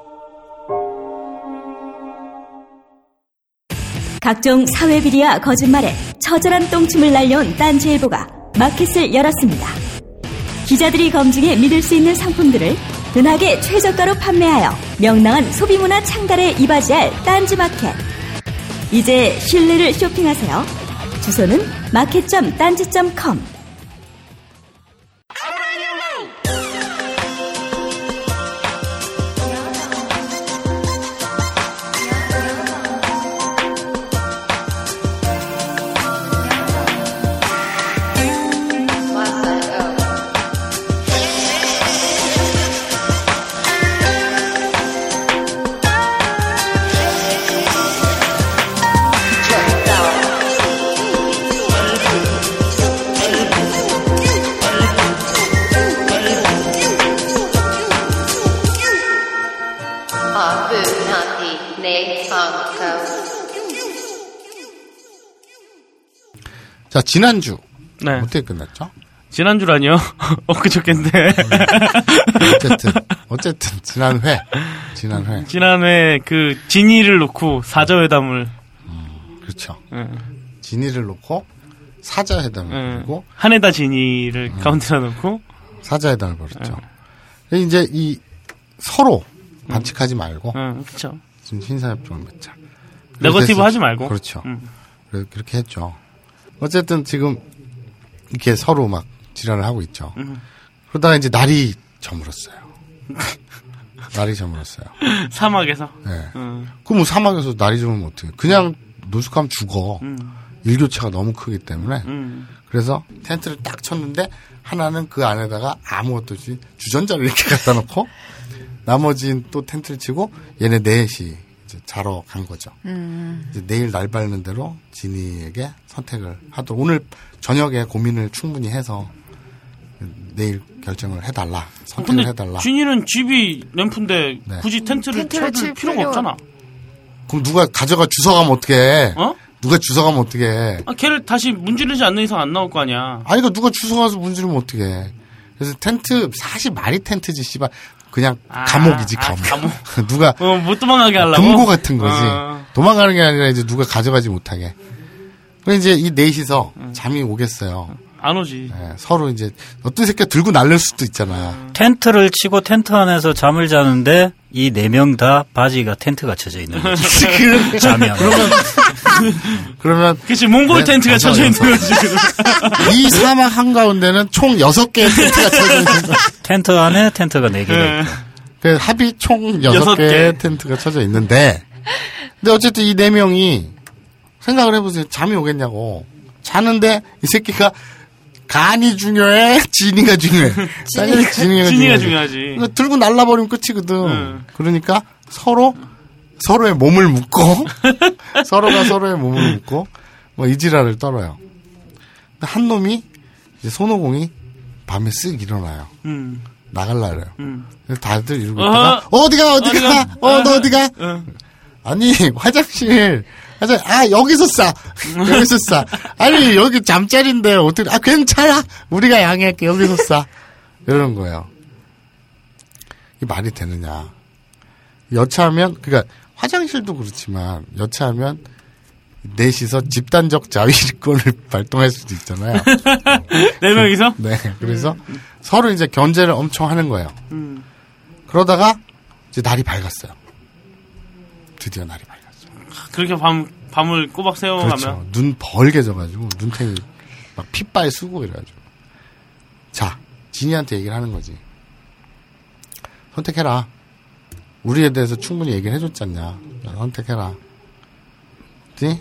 H: 각종 사회비리와 거짓말에 처절한 똥침을 날려온 딴지일보가 마켓을 열었습니다. 기자들이 검증해 믿을 수 있는 상품들을 은하계 최저가로 판매하여 명랑한 소비문화 창달에 이바지할 딴지마켓. 이제 신뢰를 쇼핑하세요. 주소는 마켓.딴지.com
I: 아부나디 내 방금
A: 자, 지난주.
D: 네.
A: 어떻게 끝났죠?
D: 지난주라니요? <laughs> 어, 엊그저께인데. <laughs>
A: 어쨌든, 어쨌든, 지난 회. 지난 회.
D: 지난해 그 진이를 놓고 사저회담을
A: 그렇죠.
D: 응.
A: 진의를 놓고 사자회담을
D: 응.
A: 벌고
D: 한에다 진이를
A: 음.
D: 가운데다 놓고
A: 사자회담을 벌였죠. 근데 이제 이 서로 반칙하지 말고
D: 응, 그쵸.
A: 지금 신사협정을 맺자.
D: 예. 네거티브
A: 그래서
D: 하지 말고. 음.
A: 그렇죠.
D: 응.
A: 그래- 그렇게 했죠. 어쨌든 지금 이렇게 서로 막 지랄을 하고 있죠.
D: 음.
A: 그러다가 이제 날이 저물었어요. <laughs> 날이 저물었어요.
D: 사막에서. 어,
A: 예.
D: 응.
A: 그럼 뭐 사막에서 날이 저물면 어떻게? 그냥
D: 음.
A: 노숙하면 죽어. 일교차가 너무 크기 때문에.
D: 응.
A: 그래서 텐트를 딱 쳤는데 하나는 그 안에다가 아무것도 없이 <laughs> 주전자를 이렇게 갖다 놓고 나머지는 또 텐트를 치고 얘네 넷이 이제 이제 자러 간 거죠.
D: 음.
A: 이제 내일 날 밝는 대로 진이에게 선택을 하도 오늘 저녁에 고민을 충분히 해서 내일 결정을 해달라 선택을
D: 근데
A: 해달라.
D: 진이는 집이 램프인데
A: 네.
D: 굳이 텐트를,
B: 텐트를
D: 쳐줄
B: 칠
D: 필요가
B: 필요가-
D: 없잖아.
A: 그럼 누가 가져가 주워가면 어떻게?
D: 어?
A: 누가 주워가면 어떻게?
D: 아, 걔를 다시 문지르지 않는 이상 안 나올 거 아니야.
A: 아니, 그 누가 주워가서 문지르면 어떡해. 그래서 텐트, 사실 말이 텐트지, 씨발. 그냥
D: 아,
A: 감옥이지,
D: 아,
A: 감옥.
D: 감옥.
A: <laughs> 누가
D: 어, 못 도망가게 하려고.
A: 금고 같은 거지.
D: 어.
A: 도망가는 게 아니라 이제 누가 가져가지 못하게. 그래 이제 이 넷이서
D: 음.
A: 잠이 오겠어요.
D: 안 오지.
A: 예, 서로 이제 어떤 새끼가 들고 날릴 수도 있잖아.
C: 텐트를 치고 텐트 안에서 잠을 자는데 이 네 명 다 바지가 텐트가 쳐져 있는 거지.
A: 그런-
C: 잠이 안 그러면
A: <laughs> 그러면
D: 그치, <laughs> 몽골
A: 네,
D: 텐트가
A: 가서
D: 쳐져 있는 거지.
A: 여기서. <laughs> 이 사막 한가운데는 총 6개의 텐트가 쳐져 있는 거야.
C: 텐트 안에 텐트가 네 개가 있고.
A: 그 합이 총
D: 여섯
A: 여섯
D: 개.
A: 개의 텐트가 쳐져 있는데, 근데 어쨌든 이 네 명이 생각을 해보세요. 잠이 오겠냐고. 자는데 이 새끼가 간이 중요해, <laughs> 진이가 중요해. 당연히 <laughs> 진이가,
D: 진이가
A: 중요하지.
D: 중요하지.
A: 그러니까 들고 날라버리면 끝이거든.
D: 응.
A: 그러니까 서로 서로의 몸을 묶고 <laughs> 서로가 서로의 몸을 묶고 뭐 이지랄을 떨어요. 근데 한 놈이 이제 손오공이 밤에 쓱 일어나요.
D: 음,
A: 나갈라 그래요.
D: 음.
A: 그래서 다들 이러고
D: 어허.
A: 있다가 어디가 어디가
D: 어디가?
A: 어 너 어디가
D: 어.
A: 아니 <laughs> 화장실 화장 아 여기서 싸 여기서 싸 아니 여기 잠자리인데 어떻게 아 괜찮아 우리가 양해할게 여기서 싸 이런 거예요 이 말이 되느냐 여차하면 그러니까 화장실도 그렇지만 여차하면 넷이서 집단적 자위권을 <laughs> 발동할 수도 있잖아요
D: 네 명이서?
A: 네. 그래서 서로 이제 견제를 엄청 하는 거예요. 그러다가 이제 날이 밝았어요. 드디어 날이 밝았어요.
D: 그렇게 밤, 밤을 꼬박 세워가면.
A: 그렇죠. 눈 벌게 져가지고 눈탱이 막 핏발 쓰고 이래가지고. 자, 진이한테 얘기를 하는 거지. 선택해라. 우리에 대해서 충분히 얘기를 해줬잖냐. 자, 선택해라. 그지?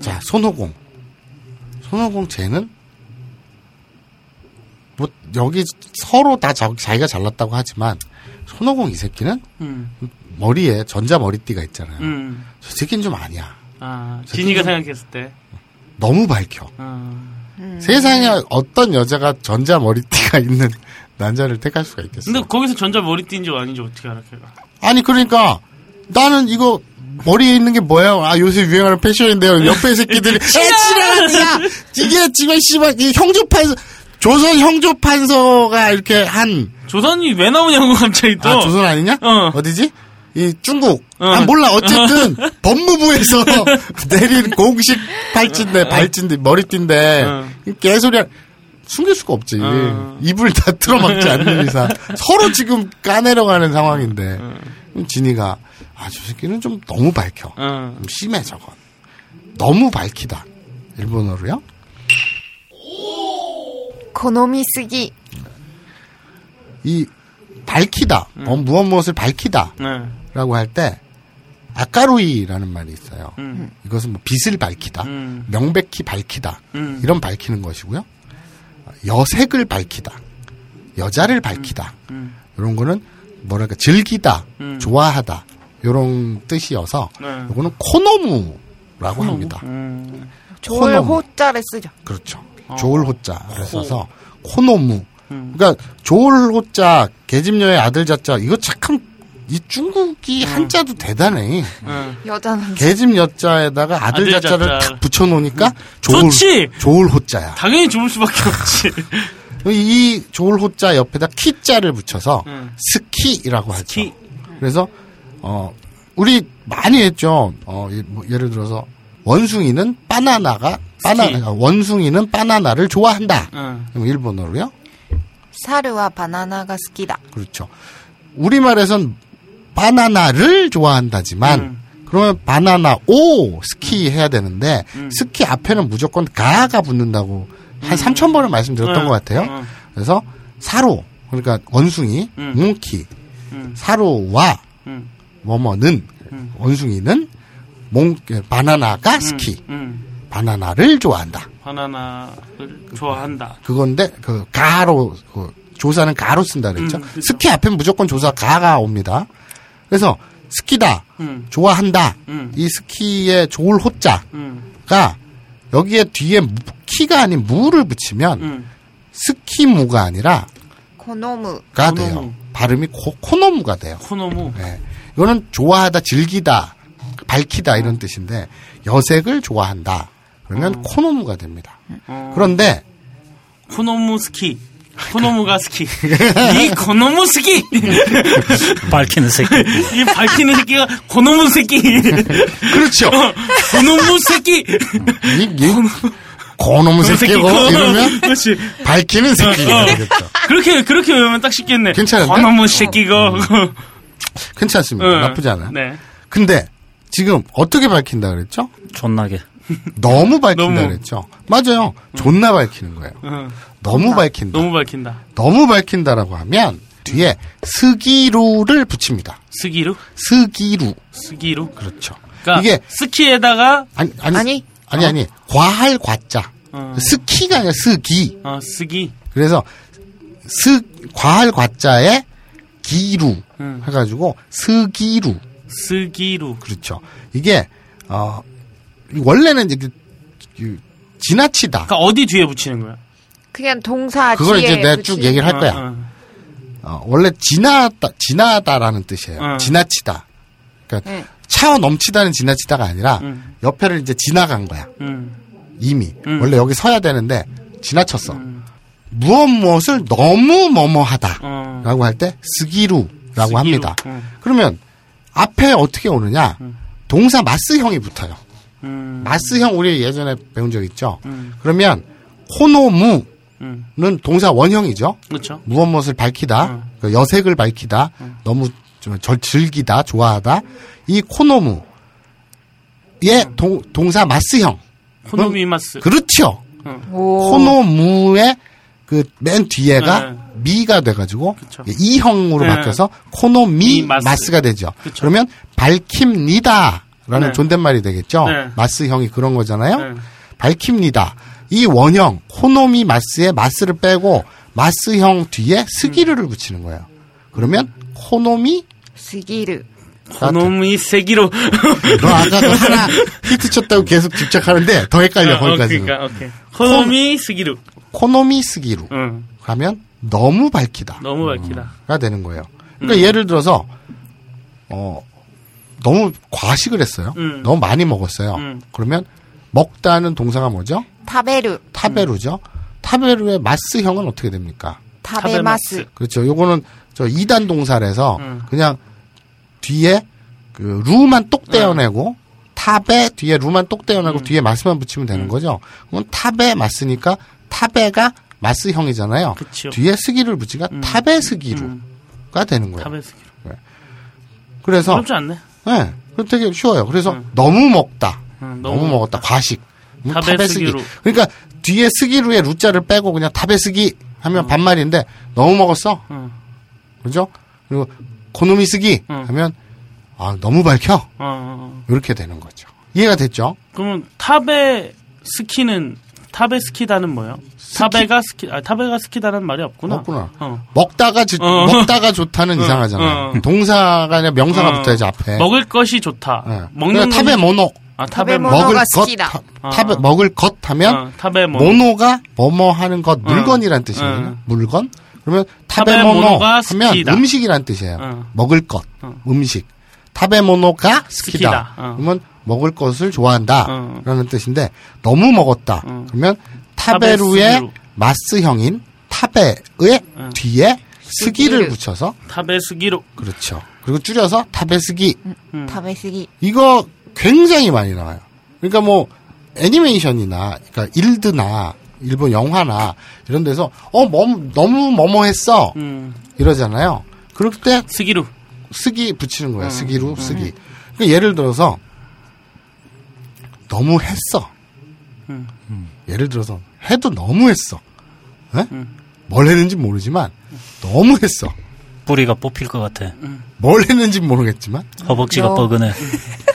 A: 자, 손오공. 손오공 쟤는 뭐 여기 서로 다 자, 기가 잘났다고 하지만 손오공 이 새끼는
D: 음,
A: 머리에 전자 머리띠가 있잖아요.
D: 음.
A: 저 새끼는 좀 아니야.
D: 아, 진이가
A: 좀-
D: 생각했을 때.
A: 너무 밝혀.
D: 아.
A: 세상에 어떤 여자가 전자 머리띠가 <laughs> 있는 남자를 택할 수가 있겠어.
D: 근데 거기서 전자 머리띠인지 아닌지 어떻게 알아, 걔가.
A: 아니 그러니까 나는 이거 머리에 있는 게 뭐야? 아 요새 유행하는 패션인데요. 옆에 새끼들이 에지랄이야 이게 지금 씨발 이 형조판서 조선 형조판서가 이렇게 한
D: 조선이 왜 나오냐고, <laughs> 갑자기 또.
A: 아, 조선 아니냐?
D: 어.
A: 어. 디지이 중국.
D: 어.
A: 아, 몰라.
D: <laughs>
A: 어쨌든 법무부에서 내린 공식 발진대, 발진대, 머리띠인데
D: 어.
A: 이 개소리야. 숨길 수가 없지.
D: 어.
A: 입을 다 틀어막지
D: <laughs>
A: 않는 이상 서로 지금 까내려가는 상황인데 진이가 아 저 새끼는 좀 너무 밝혀.
D: 어.
A: 좀 심해 저건. 너무 밝히다. 일본어로요?
B: 고놈이 쓰기.
A: 이 밝히다. 어,
D: 음.
A: 무엇 무엇을 밝히다.
D: 네.
A: 라고 할 때 아까로이라는 말이 있어요.
D: 음.
A: 이것은 뭐 빛을 밝히다,
D: 음.
A: 명백히 밝히다
D: 음.
A: 이런 밝히는 것이고요. 여색을 밝히다, 여자를 밝히다
D: 음.
A: 이런 거는 뭐랄까 즐기다,
D: 음.
A: 좋아하다 이런 뜻이어서
D: 네.
A: 이거는 코노무라고 합니다.
D: 음.
B: 조을
A: 코노무.
B: 호자를 쓰죠.
A: 그렇죠. 조을 호자를 써서 코노무.
D: 어. 음.
A: 그러니까 조을 호자 계집녀의 아들 자자 이거 참 이 중국이 한자도 대단해.
D: 음.
B: 여자는
A: 계집 여자에다가 아들,
D: 아들
A: 자자를
D: 자자. 음.
A: 탁 붙여놓으니까 조을,
D: 좋지!
A: 조을 호자야.
D: 당연히 좋을 수밖에 없지.
A: 이 조을 호자 옆에다 키자를 붙여서
D: 음.
A: 스키라고 하죠.
D: 스키.
A: 그래서 어 우리 많이 했죠. 어 예- 뭐 예를 들어서 원숭이는 바나나가 바나나 원숭이는 바나나를 좋아한다.
D: <laughs> 응.
A: 그럼 일본어로요.
B: 사르와 바나나가 스키다.
A: 그렇죠. 우리말에선 바나나를 좋아한다지만
D: 음.
A: 그러면 바나나 오 스키 해야 되는데
D: 음.
A: 스키 앞에는 무조건 가가 붙는다고 한 3천 번을 말씀드렸던
D: 음.
A: 것 같아요.
D: 음.
A: 그래서 사로 그러니까 원숭이
D: 음.
A: 몽키
D: 음.
A: 사로와
D: 음.
A: 뭐뭐는
D: 음.
A: 원숭이는 몽그 바나나가 스키
D: 음.
A: 바나나를 좋아한다.
D: 바나나를 좋아한다.
A: 그건데 그 가로 그 조사는 가로 쓴다 그랬죠.
D: 음, 그쵸.
A: 스키 앞엔 무조건 조사 가가 옵니다. 그래서 스키다,
D: 음.
A: 좋아한다,
D: 음.
A: 이 스키의 좋을 호자가
D: 음.
A: 여기에 뒤에 무- 키가 아닌 무를 붙이면
D: 음.
A: 스키무가 아니라
B: 고노무
A: 가
D: 코노무.
A: 돼요. 발음이 코, 코노무가 돼요.
D: 코노무.
A: 예. 이거는 좋아하다, 즐기다, 밝히다 이런 뜻인데 여색을 좋아한다. 그러면 코노무가 됩니다. 그런데
D: 코노무 스키. 코노무가 <laughs> 스키. 이 코노무 스키! <laughs>
C: 밝히는 새끼.
D: 이 밝히는 새끼가 코노무 <laughs> 새끼! 어,
A: <laughs> 그렇죠.
D: 코노무 새끼!
A: 이, 이 고놈
D: <laughs> 뭐?
A: 새끼고 이러면
D: 그 그렇지. 어.
A: 밝히는 새끼가 되겠죠.
D: 그렇게, 그렇게 외우면 딱 쉽겠네.
A: 괜찮은데?
D: 코노무 새끼가. <laughs>
A: 괜찮습니다.
D: 응.
A: 나쁘지 않아요.
D: 네.
A: 근데 지금 어떻게 밝힌다 그랬죠?
C: 존나게.
A: 너무 밝힌다
D: 너무.
A: 그랬죠. 맞아요. 존나 밝히는 거예요.
D: 응.
A: 너무 밝힌다.
D: 어. 너무 밝힌다.
A: 너무 밝힌다라고 하면 뒤에 스기루를 붙입니다.
D: 스기루?
A: 스기루.
D: 스기루?
A: 그렇죠.
D: 그러니까
A: 이게
D: 스키에다가
A: 아니 아니 아니
B: 아니.
A: 아니, 과할 과자.
D: 어.
A: 스키가 아니라 스기.
D: 어, 스기
A: 그래서 스 과할 과자에 기루
D: 음.
A: 해가지고 스기루.
D: 스기루
A: 그렇죠. 이게 어 원래는 이게 그 지나치다.
D: 그러니까 어디 뒤에 붙이는 거야?
B: 그냥 동사
A: 그걸
B: 뒤에
A: 이제 내가 쭉
B: 붙이-
A: 얘기를 할
D: 어,
A: 거야.
D: 어.
A: 어, 원래 지나다 지나다라는 뜻이에요.
D: 응.
A: 지나치다. 그러니까
D: 네.
B: 응.
A: 차어 넘치다는 지나치다가 아니라
D: 응.
A: 옆에를 이제 지나간 거야.
D: 음.
A: 이미
D: 응.
A: 원래 여기 서야 되는데 지나쳤어. 무엇 무엇을 너무 뭐뭐하다라고
D: 어.
A: 할 때 스기루라고
D: 스기루. 음.
A: 합니다.
D: 응.
A: 그러면 앞에 어떻게 오느냐? 동사 마스형이 붙어요.
D: 음.
A: 마스형 우리 예전에 배운 적 있죠.
D: 음.
A: 그러면 코노무는
D: 음.
A: 동사 원형이죠.
D: 그렇죠.
A: 무엇 무엇을 밝히다,
D: 음.
A: 그 여색을 밝히다, 너무 좀 절- 즐기다, 좋아하다. 이 코노무. 의
D: 음.
A: 동, 동사 마스형.
D: 코노미마스.
A: 뭐, 그렇죠.
B: 오.
A: 코노무의 그 맨 뒤에가
D: 네.
A: 미가 돼가지고
D: 그쵸.
A: 이형으로
D: 네.
A: 바뀌어서 코노미
D: 이 마스.
A: 마스가 되죠.
D: 그쵸.
A: 그러면 밝힙니다라는
D: 네.
A: 존댓말이 되겠죠.
D: 네.
A: 마스형이 그런 거잖아요.
D: 네.
A: 밝힙니다. 이 원형 코노미 마스에 마스를 빼고 마스형 뒤에
D: 음.
A: 스기르를 붙이는 거예요. 그러면 코노미
B: 스기르
D: 코노미 세기로.
A: 너 아까
D: <laughs>
A: 그 하나 히트 쳤다고 계속 집착하는데 더 헷갈려 거기까지 는
D: 그러니까 오케이. 코노미 스기루.
A: 코노미 스기루
D: 응.
A: 하면 너무 밝히다
D: 너무
B: 음.
D: 음. 밝히다.
A: 가 되는 거예요. 그러니까 예를 들어서 어 너무 과식을 했어요.
D: 음.
A: 너무 많이 먹었어요.
D: 음.
A: 그러면 먹다는 동사가 뭐죠?
B: 타베르
A: 타베루죠.
D: 음.
A: 타베루의 마스형은 어떻게 됩니까?
B: 타베마스
A: 그렇죠. 요거는 저 2단 동사라서
D: 음.
A: 그냥 뒤에 그 루만 똑 떼어내고
D: 음.
A: 탑에 뒤에 루만 똑 떼어내고 뒤에 마스만 붙이면
D: 음.
A: 되는 거죠. 그건 탑에 마스니까 탑에가 마스형이잖아요.
D: 그쵸. 음.
A: 뒤에 스기를 붙이니까 탑에 스기루가 되는 거예요.
D: 타베 스기루.
A: 그래서
D: 어렵지 않네.
A: 예. 그 되게 쉬워요. 그래서 너무 먹다. 너무,
D: 음,
A: 뭐.
D: 너무
A: 먹었다. 과식. 음,
D: 탑에
A: 탑에 쓰기.
D: 쓰기로.
A: 그러니까 뒤에 쓰기로에 루자를 빼고 그냥 탑에 쓰기 하면 반말인데 너무 먹었어.
D: 음.
A: 그죠? 그리고 고놈이 쓰기
D: 음.
A: 하면 아 너무 밝혀
D: 어, 어. 어.
A: 이렇게 되는 거죠. 이해가 됐죠?
D: 그러면 타베 스키는 타베 스키다는 뭐예요? 타베가 스키 아 타베가 스키다는 말이 없구나.
A: 없구나.
D: 어.
A: 먹다가 지-
D: 어.
A: 먹다가 좋다는 이상하잖아요.
D: 어.
A: 동사가 아니라 그 명사가
D: 어.
A: 붙어야지 앞에.
D: 먹을 것이 좋다.
A: 예.
D: 먹는
A: 그러니까 탑에
D: 것이-
A: 모노
D: 아 타베
B: 타베
D: 모.
B: 모노가
A: 먹을 것
B: 스키다.
A: 타- 탑에 먹을 것 하면
D: 어, 타베 모.
A: 모노가 뭐뭐 하는 것 물건이란
D: 어.
A: 뜻이거든요.
D: 어.
A: 물건. 그러면 타베모노
D: 타베모노가
A: 하면
D: 스키다.
A: 음식이란 뜻이에요.
D: 어.
A: 먹을 것,
D: 어.
A: 음식. 타베모노가 스키다.
D: 스키다. 어.
A: 그러면 먹을 것을 좋아한다라는
D: 어.
A: 뜻인데 너무 먹었다.
D: 어.
A: 그러면
D: 타베스기루.
A: 타베루의 마스형인 타베의
D: 어.
A: 뒤에 스기를
B: 스기를.
A: 붙여서
D: 타베 스기로.
A: 그렇죠. 그리고 줄여서 타베스기.
B: 타베스기
A: 이거 굉장히 많이 나와요. 그러니까 뭐 애니메이션이나 그러니까 일드나 일본 영화나 이런 데서 어 뭐, 너무 뭐뭐했어
D: 음.
A: 이러잖아요. 그럴 때
D: 스기루.
A: 쓰기 붙이는 거야. 쓰기로 쓰기. 그러니까 예를 들어서 너무 했어.
D: 음.
A: 예를 들어서 해도 너무 했어. 예?
D: 음.
A: 뭘 했는지 모르지만 너무 했어.
C: 뿌리가 뽑힐 것 같아.
A: 뭘 했는지 모르겠지만
C: 허벅지가
B: 여-
C: 뻐근해.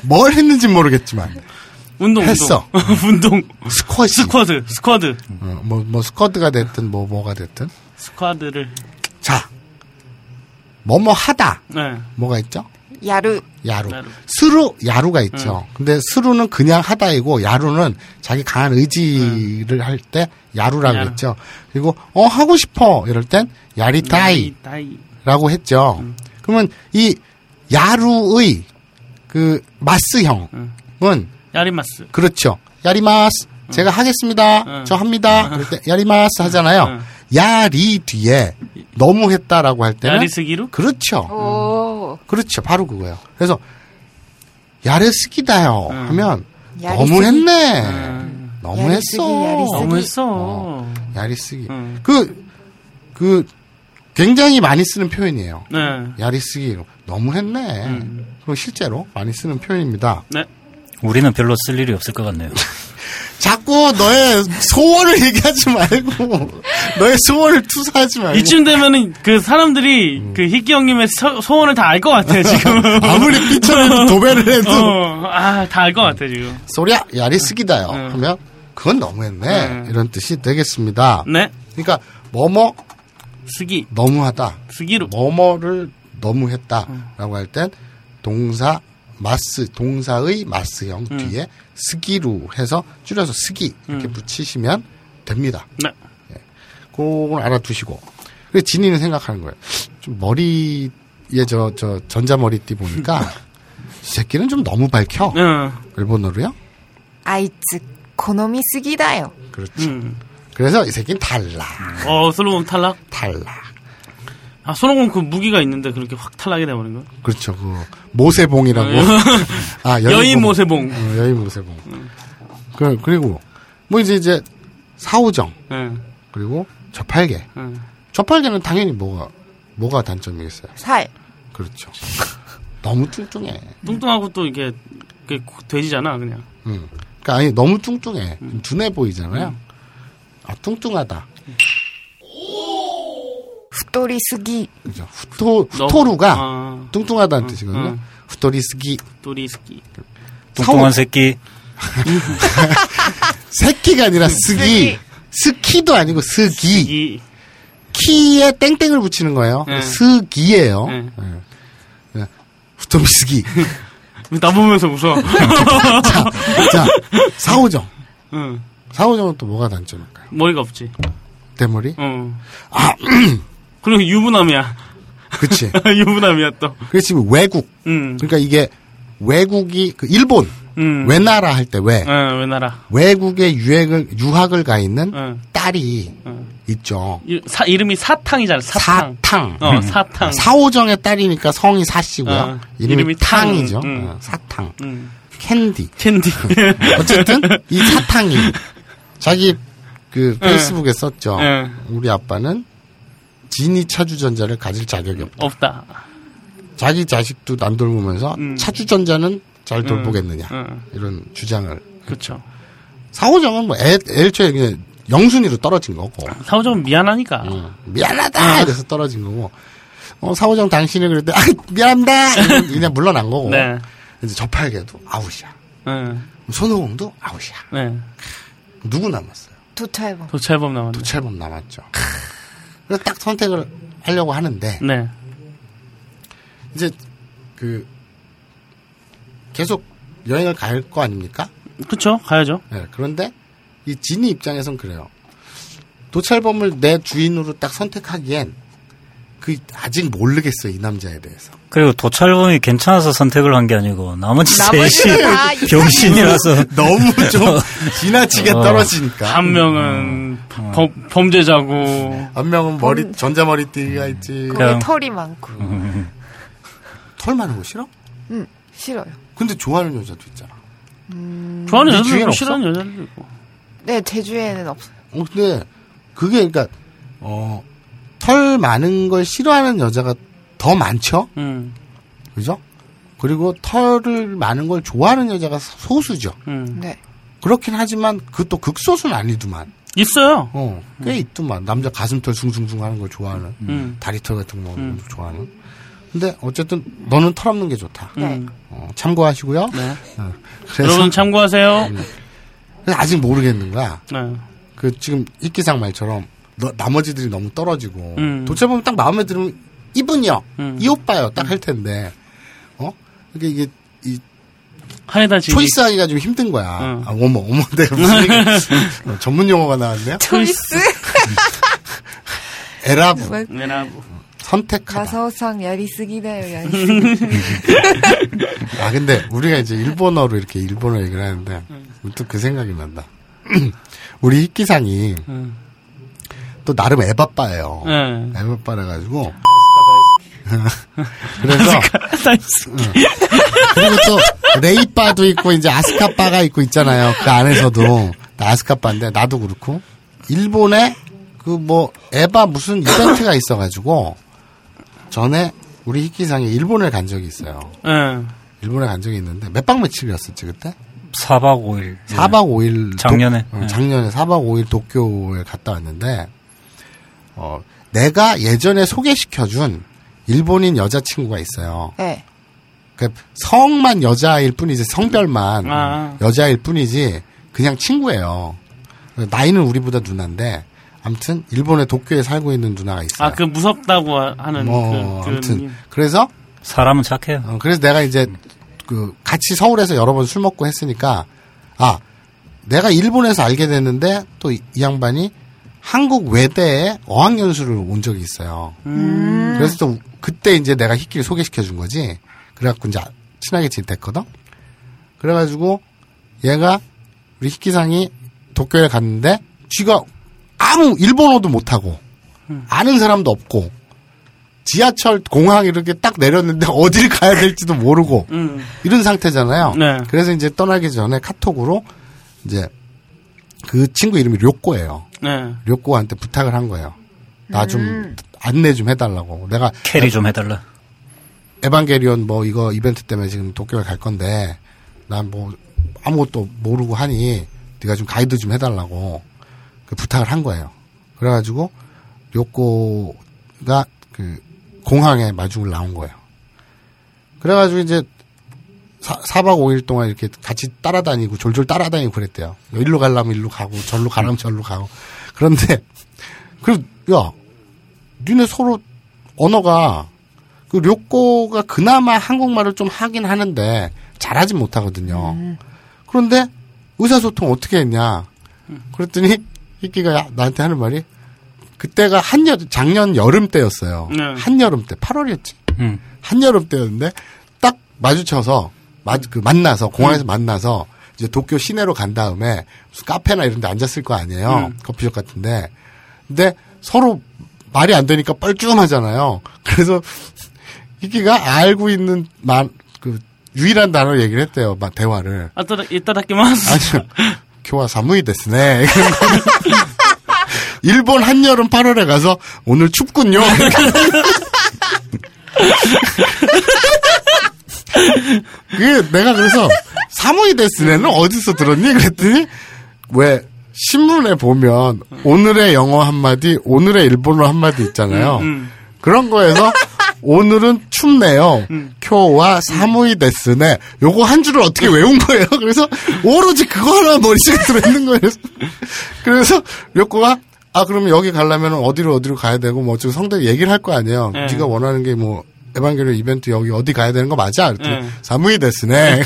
A: 뭘 했는지 모르겠지만
D: 운동
A: 했어.
D: <laughs> 운동. 운동.
A: 스쿼시
D: 스쿼드. 스쿼드.
A: 어, 뭐, 뭐, 스쿼드가 됐든, 뭐, 뭐가 됐든.
D: 스쿼드를.
A: 자, 뭐뭐 하다.
D: 네.
A: 뭐가 있죠?
B: 야루
A: 야루. 음.
D: 야루.
A: 스루, 야루가 있죠. 근데 스루는 그냥 하다이고 야루는 자기 강한 의지를 할 때 야루라고
D: 야루.
A: 했죠. 그리고 어 하고 싶어 이럴 땐 야리타이라고 음.
D: 다이.
A: 했죠. 그러면 이 야루의 그 마스형은 음.
D: 야리마스.
A: 그렇죠. 야리마스 제가 하겠습니다.
D: 응.
A: 저 합니다. 그럴 때 야리마스 하잖아요. 야리 뒤에 너무 했다라고 할 때는
D: 야리스기루?
A: 그렇죠.
B: 어. 음. 오
A: 그렇죠. 바로 그거예요. 그래서 야레스기다요 하면
B: 야리쓰기?
A: 너무 했네. 너무
B: 야리쓰기,
A: 했어.
B: 야리쓰기.
D: 너무 했어.
A: 어. 야리쓰기.
D: 음.
A: 그 그 굉장히 많이 쓰는 표현이에요.
D: 네.
A: 야리쓰기 너무 했네. 그럼 실제로 많이 쓰는 표현입니다.
D: 네.
C: 우리는 별로 쓸 일이 없을 것 같네요.
A: 자꾸 너의 소원을 <laughs> 얘기하지 말고 너의 소원을 투사하지 말고
D: 이쯤 되면은 그 사람들이 그 희기 형님의 서- 소원을 다 알 것 같아요, 지금.
A: 음. <laughs> 아무리
D: <laughs>
A: 삐쳐내도 도배를 해도
D: 어, 아, 다 알 것 같아, 지금.
A: 소리야 야리쓰기다요
D: 음.
A: 하면 그건 너무했네
D: 음.
A: 이런 뜻이 되겠습니다.
D: 네.
A: 그러니까 뭐뭐
D: 스기.
A: 너무하다,
D: 스기루.
A: 뭐뭐를 너무했다라고 할 땐 동사 마스 동사의 마스형
D: 음.
A: 뒤에 스기로 해서 줄여서 스기 이렇게 붙이시면 됩니다.
D: 네.
A: 그걸 알아두시고 그래 진이는 생각하는 거예요. 좀 머리에 저 저 전자머리띠
D: <laughs>
A: 보니까 이 새끼는 좀 너무 밝혀
D: 응.
A: 일본어로요.
B: 아이츠 고노미 쓰기다요.
A: 그렇죠.
D: 음.
A: 그래서 이 새끼는 달라,
D: 어, 솔로몬 탈락?
A: 달라.
D: 아, 솔로몬 그 무기가 있는데 그렇게 확 탈락이 돼버린 거야?
A: 그렇죠. 그 모세봉이라고.
D: <laughs>
A: 아
D: 네. 여인
A: 여인봉.
D: 모세봉.
A: 어, 여인 모세봉. 그, 그리고, 뭐 이제 이제, 사오정,
D: 네.
A: 그리고 저팔계.
D: 네.
A: 저팔계는 당연히 뭐가, 뭐가 단점이겠어요.
B: 살.
A: 그렇죠. <laughs> 너무 뚱뚱해.
D: 뚱뚱하고 또 이게, 그게 고- 돼지잖아, 그냥.
A: 음. 그니까 아니, 너무 뚱뚱해. 둔해 보이잖아요. 아, 뚱뚱하다.
B: 후토리 쓰기.
A: 그죠. 후토,
D: 너무-
A: 후토루가
D: 아.
A: 뚱뚱하다는 뜻이거든요.
D: 음.
A: 후토리스기.
D: 도리스키.
C: 뚱뚱한 새끼.
A: 새끼가 아니라 스기.
B: 스기.
A: 스키도 아니고 스기.
D: 이,
A: 키에 땡땡을 붙이는 거예요.
D: 네.
A: 스기예요.
D: 네.
A: 네. 후토미 스기.
D: 나 보면서
A: <laughs>
D: 웃어.
A: 자, 사오정.
D: 응.
A: 사오정은 또 뭐가 단점일까요?
D: 머리가 없지.
A: 대머리?
D: 응.
A: 아, 음.
D: 그리고 유부남이야.
A: 그치.
D: <laughs> 유부남이야, 또.
A: 그래서 지금 외국.
D: 응.
A: 그러니까 이게 외국이, 그 일본,
D: 응.
A: 외나라 할 때 왜,
D: 응, 외나라.
A: 외국에 유행을, 유학을 가 있는
D: 응.
A: 딸이
D: 응.
A: 있죠.
D: 이, 사, 이름이 사탕이잖아, 어. 사탕.
A: 사탕.
D: 어, 사탕.
A: 사오정의 딸이니까 성이 사씨고요.
D: 어,
A: 이름이,
D: 이름이 탕.
A: 탕이죠.
D: 음.
A: 어, 사탕.
D: 응.
A: 캔디.
D: 캔디.
A: <laughs>
D: <laughs>
A: 어쨌든 이 사탕이 자기 그
D: 어.
A: 페이스북에 썼죠.
D: 응.
A: 우리 아빠는 진이 차주전자를 가질 자격이 없다.
D: 없다.
A: 자기 자식도 안 돌보면서
D: 음. 어.
A: 차주전자는 잘 돌보겠느냐
D: 응.
A: 이런 주장을.
D: 그쵸.
A: 사오정은 뭐 애, 애초에 그냥 영순위로 떨어진 거고
D: 아. 사오정은 미안하니까.
A: 음, 미안하다 이래서 떨어진 거고 어, 사오정 당신이 그랬대 아, 미안합니다 이러고 그냥 물러난 거고
D: 네.
A: 이제 저팔계도 아웃이야.
D: 응.
A: 손오공도 아웃이야.
D: 네.
A: 누구 남았어요?
B: 도찰봉.
D: 도찰범 나왔네.
A: 도찰범 남았죠. 그래서 딱 선택을 하려고 하는데
D: 네.
A: 이제 그 계속 여행을 갈 거 아닙니까?
D: 그쵸? 가야죠.
A: 예, 그런데 이 진이 입장에선 그래요. 도찰범을 내 주인으로 딱 선택하기엔 그 아직 모르겠어요 이 남자에 대해서.
C: 그리고 도찰범이 괜찮아서 선택을 한 게 아니고 나머지 셋이
B: 나머지는 다 이상해.
A: <laughs>
C: 병신이라서
A: 너무 좀 지나치게 떨어지니까.
D: 한 명은
A: 어.
D: 범, 범죄자고.
A: 한 명은 머리 전자머리띠가 있지.
C: 그럼-
B: 거기 털이 많고.
A: 털 많은 거 싫어?
B: 음 싫어요.
A: 근데 좋아하는 여자도 있잖아.
D: 좋아하는
A: 네
D: 여자도
A: 주위엔
D: 있고,
A: 없어?
D: 싫어하는 여자도 있고.
B: 네 제주에는 없어요.
A: 어, 근데 그게 그러니까 어 털 많은 걸 싫어하는 여자가 더 많죠,
D: 응.
A: 그죠? 그리고 털을 많은 걸 좋아하는 여자가 소수죠.
D: 응.
B: 네.
A: 그렇긴 하지만 그 또 극소수는 아니더만,
D: 있어요.
A: 어, 꽤 있더만 남자 가슴털 숭숭숭 하는 걸 좋아하는,
D: 음.
A: 다리털 같은 거 좋아하는. 근데 어쨌든 너는 털 없는 게 좋다.
B: 네.
A: 어, 참고하시고요.
D: 네.
A: 어, 그래서 네.
D: 여러분 참고하세요.
A: 그래서 아직 모르겠는 거야.
D: 네.
A: 그 지금 이기상 말처럼 너- 나머지들이 너무 떨어지고
D: 음.
A: 도체 보면 딱 마음에 들면 이분이요
D: 음.
A: 이 오빠요 딱 할 텐데 어 그러니까 이게 이
D: 하에다 지금
A: 초이스하기가 좀 힘든 거야.
D: 응.
A: 아, 어머, <laughs> 어머, 내가 무슨 얘기- 어, 전문 용어가 나왔네요.
B: 초이스
A: 에랍
D: 내가
A: 선택하다.
B: 가서상 야리쓰기네요 야리쓰기
A: 아 근데 우리가 이제 일본어로 이렇게 일본어 얘기를 하는데
D: 음.
A: 문득 그 생각이 난다. <clears throat> 우리 희끼상이
D: 응.
A: 또 나름 에바빠예요.
D: 응.
A: 에바빠라 가지고
D: <laughs>
A: 그래서 그리고 또 레이빠도 있고 이제 아스카빠가 있고 있잖아요. 그 안에서도 나 아스카빠인데 나도 그렇고 일본에 그 뭐 에바 무슨 이벤트가 있어가지고 전에 우리 희끼상이 일본을 간 적이 있어요.
D: 응.
A: 일본에 간 적이 있는데 몇 박 며칠이었었지 그때?
C: 4박 5일.
A: 4박 5일
C: 네. 작년에.
A: 도, 어,
C: 네.
A: 작년에 4박 5일 도쿄에 갔다 왔는데 어 내가 예전에 소개시켜 준 일본인 여자친구가 있어요.
B: 네
A: 그 성만 여자일 뿐이지 성별만
D: 아.
A: 여자일 뿐이지 그냥 친구예요. 나이는 우리보다 누나인데 아무튼 일본의 도쿄에 살고 있는 누나가 있어요.
D: 아, 그 무섭다고 하는
A: 뭐
D: 그, 그
A: 아무튼 그래서
C: 사람은 착해요.
A: 어, 그래서 내가 이제 그 같이 서울에서 여러 번 술 먹고 했으니까 아 내가 일본에서 알게 됐는데 또 이 양반이 한국 외대에 어학연수를 온 적이 있어요. 그래서 또 그때 이제 내가 희끼를 소개시켜 준 거지. 그래갖고 이제 친하게 지냈거든. 그래가지고 얘가 우리 희끼상이 도쿄에 갔는데 쥐가 아무 일본어도 못하고 아는 사람도 없고 지하철 공항 이렇게 딱 내렸는데 <laughs> 어딜 가야 될지도 모르고
D: 음.
A: 이런 상태잖아요.
D: 네.
A: 그래서 이제 떠나기 전에 카톡으로 이제 그 친구 이름이 료꼬예요.
D: 네.
A: 료꼬한테 부탁을 한 거예요. 나 좀 안내 좀 해달라고. 내가
C: 캐리 좀 해달라.
A: 에반게리온 뭐 이거 이벤트 때문에 지금 도쿄에 갈 건데 난 뭐 아무것도 모르고 하니 네가 좀 가이드 좀 해달라고 그 부탁을 한 거예요. 그래가지고 요코가 그 공항에 마중을 나온 거예요. 그래가지고 이제 사, 4박 5일 동안 이렇게 같이 따라다니고 졸졸 따라다니고 그랬대요. 일로 가려면 일로 가고 절로 가려면 절로 가고 그런데 <laughs> 그래서 야 니네 서로 언어가 그 료꼬가 그나마 한국말을 좀 하긴 하는데 잘하진 못하거든요. 그런데 의사소통 어떻게 했냐? 그랬더니 희끼가 야- 나한테 하는 말이 그때가 한여 작년 여름 때였어요.
D: 네.
A: 한 여름 때 8월이었지.
C: 음.
A: 한 여름 때였는데 딱 마주쳐서 마, 그 만나서 공항에서 만나서 이제 도쿄 시내로 간 다음에 무슨 카페나 이런 데 앉았을 거 아니에요. 커피숍 같은데. 근데 서로 말이 안 되니까 뻘쭘하잖아요. 그래서 희기가 알고 있는 만, 그 유일한 단어 얘기를 했대요. 막 대화를.
D: 아, 따라, 이따 닦기만스.
A: 아니요. 교화 사무이 됐으네. 일본 한여름 8월에 가서 오늘 춥군요. 그 내가 그래서 사무이 됐으네는 어디서 들었니? 그랬더니 왜 신문에 보면 오늘의 영어 한마디, 오늘의 일본어 한마디 있잖아요. 그런 거에서 오늘은 춥네요. 교와 사무이 데스네. 요거 한 줄을 어떻게 외운 거예요? 그래서 오로지 그거 하나 머릿속에 들어있는 거예요. 그래서 요코가 아 그러면 여기 가려면 어디로 어디로 가야 되고 뭐 어쩌고 성대 얘기를 할 거 아니에요.
D: 네.
A: 네가 원하는 게 뭐 에반게리온 이벤트 여기 어디 가야 되는 거 맞아? 그랬더니
D: 네.
A: 사무이 데스네.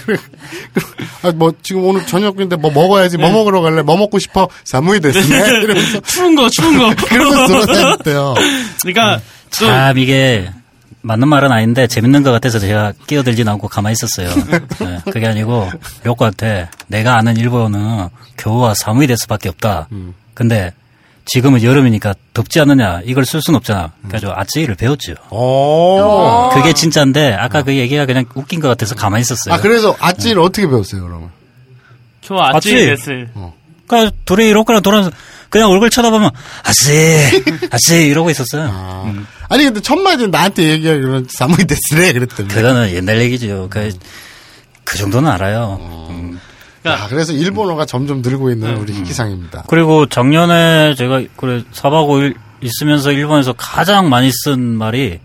A: <laughs> 아, 뭐 지금 오늘 저녁인데 뭐 먹어야지 뭐 먹으러 갈래? 뭐 먹고 싶어? 사무이 데스네. <laughs> 이러면서
D: <laughs> 추운 거, 추운 거.
A: <laughs> 그러면서 돌아다녔대요.
D: <laughs>
A: 음.
D: 그러니까, 또,
C: 참 이게 맞는 말은 아닌데 재밌는 것 같아서 제가 끼어들진 않고 가만히
A: <laughs>
C: 있었어요. 네, 그게 아니고 요코한테 내가 아는 일본어는 교우와 사무이데스밖에 없다.
A: 음.
C: 근데 지금은 여름이니까 덥지 않느냐 이걸 쓸 순 없잖아. 그래가지고 아찌를 배웠죠.
A: 오.
C: 그게 진짜인데 아까 그 얘기가 그냥 웃긴 것 같아서 가만히 있었어요.
A: 어. 아 그래서 아찌를 어떻게 배웠어요 그러면?
D: 교
C: 아찌.
D: 아찌 됐을.
A: 어.
C: 그러니까 둘이 이렇게나 돌아서 그냥 얼굴 쳐다보면
A: <laughs>
C: 아씨 아씨 이러고 있었어요.
A: 아. 아니 근데 첫 마디 나한테 얘기하기로는 사무이 데스네 그랬더니.
C: 그거는 옛날 얘기죠. 그, 그 정도는
A: 어.
C: 알아요. 음.
D: 그러니까
A: 야, 그래서 일본어가 점점 늘고 있는 우리 희기상입니다.
C: 그리고 작년에 제가 그래 4박 5일 있으면서 일본에서 가장 많이 쓴 말이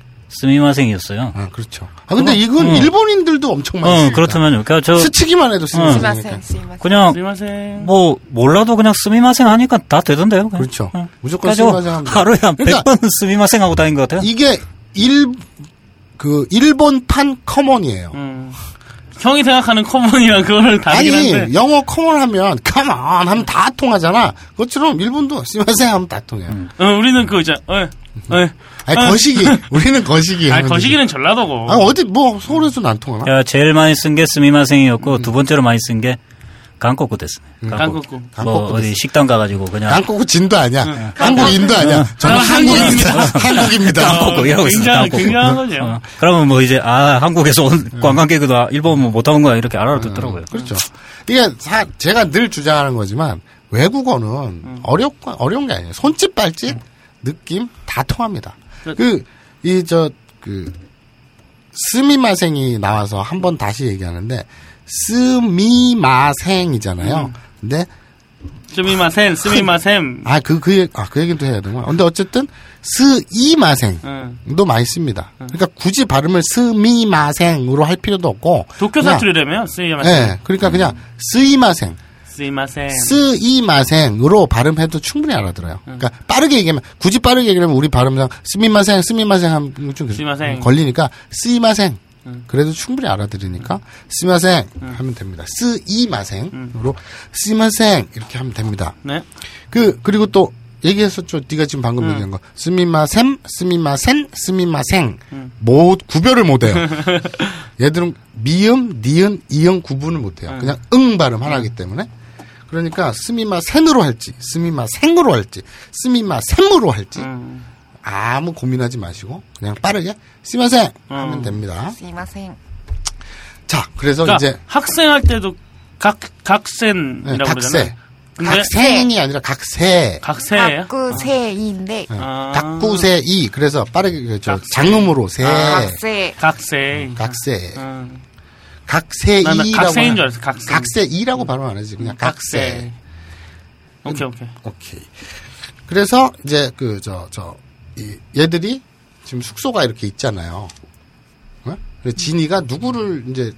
C: 스미마생이었어요.
A: 아 그렇죠. 아 근데 이건 일본인들도 엄청 많이
C: 어,
A: 쓰니까.
C: 그렇다면요. 그러니까 저
A: 스치기만 해도 쓰는
C: 응.
A: 거니까.
B: 스마생 스마생
C: 그냥
D: 죄송하세요.
C: 뭐 몰라도 그냥 스미마생 하니까 다 되던데요. 그냥.
A: 그렇죠.
C: 응.
A: 무조건
C: 그래가지고
A: 스미마생 하면 돼요.
C: 하루에 한
A: 그러니까
C: 100번은 스미마생 하고 다닌 것 같아요.
A: 이게 일 그 일본판 커먼이에요.
D: 음. 형이 생각하는 커먼이랑 그거를 다르긴
A: 아니
D: 한데.
A: 영어 커먼 하면 come on 하면 다 통하잖아. 그것처럼 일본도 심하세요 하면 다 통해요.
D: 어, 우리는 그 이제, 어, 어.
A: 아니
D: 어. <laughs>
A: 거시기 우리는 거시기.
D: 아니
A: 하면
D: 거시기는
A: 되지.
D: 전라도고.
A: 아니 어디 뭐 서울에서는 안 통하나?
C: 야, 제일 많이 쓴 게 스미마생이었고 두 번째로 많이 쓴 게 강꼬꾸 됐어.
D: 강꼬꾸.
C: 뭐
A: 음. 강꼬꾸
C: 어디 식당 가가지고 그냥
A: 한국은 진도 아니야. 한국인도 아니야. 저는
D: 음. 나는
A: 한국입니다.
D: <laughs> 한국입니다.
A: 한국입니다.
C: 땅콩 이라고 있어.
D: 굉장히
C: 땅콩.
D: 굉장한 거죠.
C: 어. 그러면 뭐 이제 아 한국에서 온
A: 음.
C: 관광객도 아, 일본 뭐 못하는 거야 이렇게 알아듣더라고요.
A: 그렇죠. 이게 사- 제가 늘 주장하는 거지만 외국어는 어렵 어려운 게 아니에요. 손짓 발짓 느낌 다 통합니다. 그 이 저 그 스미마생이 나와서 한 번 다시 얘기하는데 스미마생이잖아요. 근데
D: 스미마셈, 스미마셈.
A: 아 그 그 얘기 아그 얘기도 해야 되나? 근데 어쨌든 스이마생
D: 응.
A: 도 많이 씁니다. 그러니까 굳이 발음을 스미마생으로 할 필요도 없고
D: 도쿄
A: 그냥-
D: 사투리라며
A: 예.
D: 스미마셈.
A: 그러니까 그냥 스이마생
D: 스미마셈.
A: 스이마생으로 발음해도 충분히 알아들어요. 그러니까 빠르게 얘기하면 굳이 빠르게 얘기하면 우리 발음상 스미마생 스미마생 하면 좀 음,
D: 스미마생. 음.
A: 걸리니까 스이마생 그래도 충분히 알아들으니까 스미마생 하면 됩니다. 스이마생으로
D: 음.
A: 스이마생 이렇게 하면 됩니다.
D: 네.
A: 그 그리고 또 얘기했었죠. 네가 지금 방금 얘기한 거 스미마셈 스미마센 스미마생 뭐 구별을 <laughs> 못해요. 얘들은 미음, 니은, 이음 구분을 못해요. 그냥 응 발음 하나기 때문에. 그러니까 스미마센으로 할지, 스미마생으로 할지, 스미마셈으로 할지 아무 고민하지 마시고 그냥 빠르게 스미마생 하면 됩니다.
B: 스미마생.
A: 자, 그래서
D: 그러니까
A: 이제
D: 학생 할 때도 각,
A: 네, 각세,
D: 각센이라고 그러잖아요. 근데
A: 각생이 아니라 네. 각세,
B: 네.
D: 각세예요?
B: 각구세이인데
D: 아.
A: 각구세 이 그래서 빠르게 그저
D: 각세.
A: 장음으로 세. 네.
B: 각세.
D: 각세.
A: 각세.
D: 음. 나는
A: 각세이라고.
D: 각세인
A: 하나-
D: 줄 알았어, 각세.
A: 각세이라고 발음 안 하지. 그냥 각세.
D: 오케이, 오케이.
A: 오케이. 그래서 이제 그 저 저 이 얘들이 지금 숙소가 이렇게 있잖아요. 어? 그래서 진이가 누구를 이제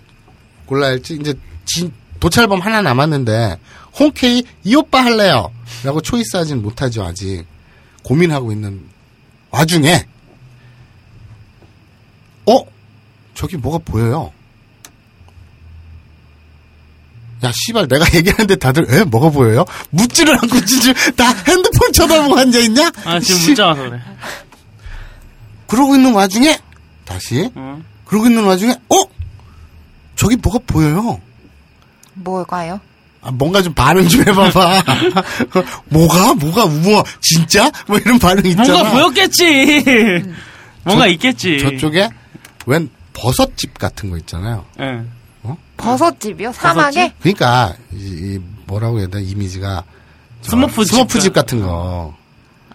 A: 골라야 할지 이제 진 도찰범 하나 남았는데 홍케이 이 오빠 할래요라고 초이스하진 못하죠 아직 고민하고 있는 와중에 어 저기 뭐가 보여요? 야, 씨발, 내가 얘기하는데 다들, 에? 뭐가 보여요? 묻지를 않고, 진짜, 다 핸드폰 쳐다보고 앉아있냐?
D: 아, 지금
A: 씨,
D: 문자 와서
A: <laughs>
D: 그래.
A: 그러고 있는 와중에, 다시,
D: 응.
A: 그러고 있는 와중에, 어? 저기 뭐가 보여요?
B: 뭘까요?
A: 아, 뭔가 좀 반응 좀 해봐봐. <laughs> 뭐가? 뭐가? 우와, 진짜? 뭐 이런 반응 있잖아.
D: 뭔가
A: <laughs>
D: 보였겠지. 뭔가 있겠지.
A: 저쪽에, 웬 버섯집 같은 거 있잖아요.
D: 예.
B: 버섯집이요? 사막에?
A: 그러니까, 이, 이 뭐라고 해야 되나, 이미지가. 저
D: 스머프 집
A: 스머프집 같은 거.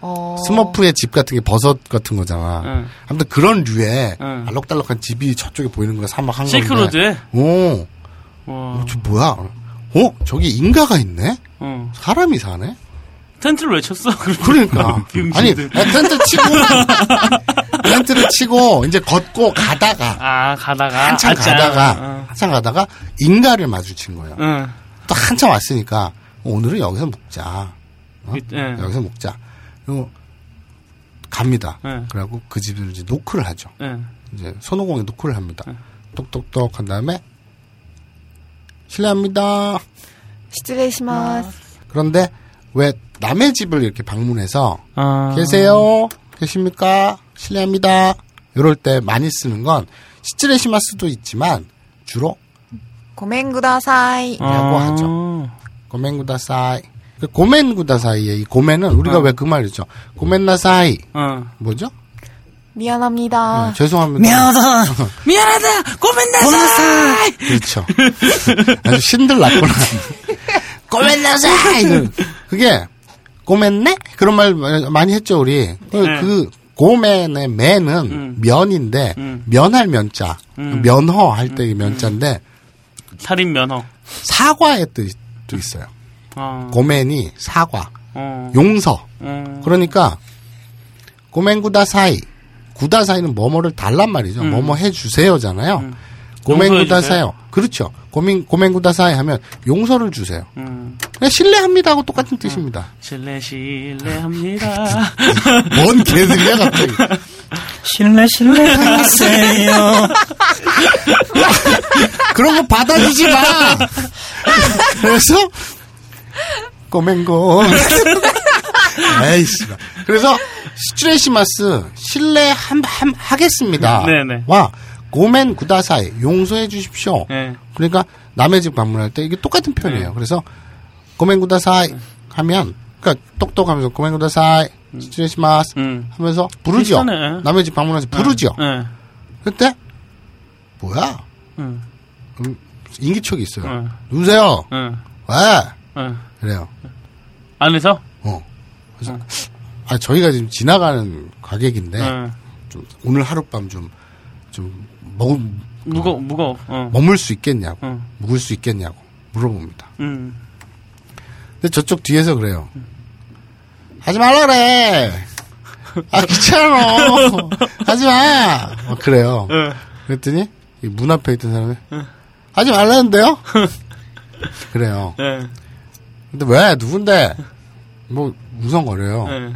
B: 어.
A: 스머프의 집 같은 게 버섯 같은 거잖아.
D: 응.
A: 아무튼 그런 류의
D: 응.
A: 알록달록한 집이 저쪽에 보이는 거야 사막 한가운데. 어.
D: 실크로드에?
A: 오,
D: 와.
A: 저 뭐야? 어, 저기 인가가 있네.
D: 어.
A: 사람이 사네.
D: 텐트를 왜 쳤어? <laughs>
A: 그러니까 아니
D: 병신들.
A: 텐트 치고 텐트를 치고 이제 걷고 가다가
D: 아, 가다가.
A: 한참
D: 아짜.
A: 가다가
D: 어.
A: 한참 가다가 인가를 마주친 거예요.
D: 응.
A: 또 한참 왔으니까 오늘은 여기서 묵자. 어?
D: 그- 예.
A: 여기서 묵자. 그리고 갑니다.
D: 예.
A: 그래갖고 그 집을 이제 노크를 하죠.
D: 예.
A: 이제 손오공에 노크를 합니다. 똑똑똑 한 다음에 실례합니다.
B: 시즈레시마스.
A: 그런데 왜 남의 집을 이렇게 방문해서
D: 아.
A: 계세요? 계십니까? 실례합니다. 이럴 때 많이 쓰는 건 시츠레시마스도 있지만 주로
B: 고멘구다사이.
D: 어,
A: 라고
D: 아.
A: 하죠. 고멘구다사이. 그 고멘구다사이의 이 고멘은 우리가 왜 그 말이죠? 고멘나사이
D: 어.
A: 뭐죠?
B: 미안합니다.
A: 네, 죄송합니다.
D: 아,
A: <laughs>
D: 미안하다! 고민나사!
A: 그렇죠. 아주 신들
D: <laughs>
A: 났구나. 꼬맨나사! 그게, 꼬맨네? 그런 말 많이 했죠, 우리. 그,
D: 네.
A: 그 고맨의 맨은 면인데, 면할 면자, 면허 할 때 이 면자인데,
D: 살인 면허.
A: 사과의 뜻도 있어요.
D: 어.
A: 고맨이 사과,
D: 어.
A: 용서.
D: 음.
A: 그러니까, 고맨구다사이. 구다사이는 뭐뭐를 달란 말이죠. 뭐뭐 해주세요잖아요. 고맹구다사요. 그렇죠. 고민, 고맹구다사이 하면 용서를 주세요.
D: 음.
A: 그냥 신뢰합니다 하고 똑같은 뜻입니다.
D: 실례, 실례합니다.
A: 뭔 개들이야, 갑자기.
C: <laughs> 실례 실례 하세요.
A: 그런 거 받아주지 <laughs> 마. 그래서 <laughs> 꼬맹고. 에이씨. 그래서 스트레시마스 실례 함함 하겠습니다.
D: 네네.
A: 와 고멘 구다사이 용서해 주십시오.
D: 네.
A: 그러니까 남의 집 방문할 때 이게 똑같은 표현이에요. 그래서 고멘 구다사이 하면 그러니까 똑똑하면서 고멘 구다사이 스트레시마스
D: 음.
A: 하면서 부르죠.
D: 비슷하네.
A: 남의 집 방문해서 부르죠.
D: 예.
A: 그때 뭐야?
D: 응.
A: 음, 인기척이 있어요.
D: 응.
A: 누구세요?
D: 예.
A: 왜?
D: 예.
A: 그래요.
D: 안에서?
A: 어. 그래서 아 저희가 지금 지나가는 가객인데
D: 예.
A: 좀 오늘 하룻밤 좀 좀 먹
D: 무거 무거. 어.
A: 머물 수 있겠냐고
D: 응.
A: 묵을 수 있겠냐고 물어봅니다.
D: 음.
A: 근데 저쪽 뒤에서 그래요. 하지 말라 그래. 아
D: <laughs>
A: 귀찮아. 하지 마. 막 그래요.
D: 예.
A: 그랬더니 이문 앞에 있던 사람이 하지 말라는데요? <laughs> 그래요.
D: 예.
A: 근데 왜 누군데? 뭐 우성거려요.
D: 예.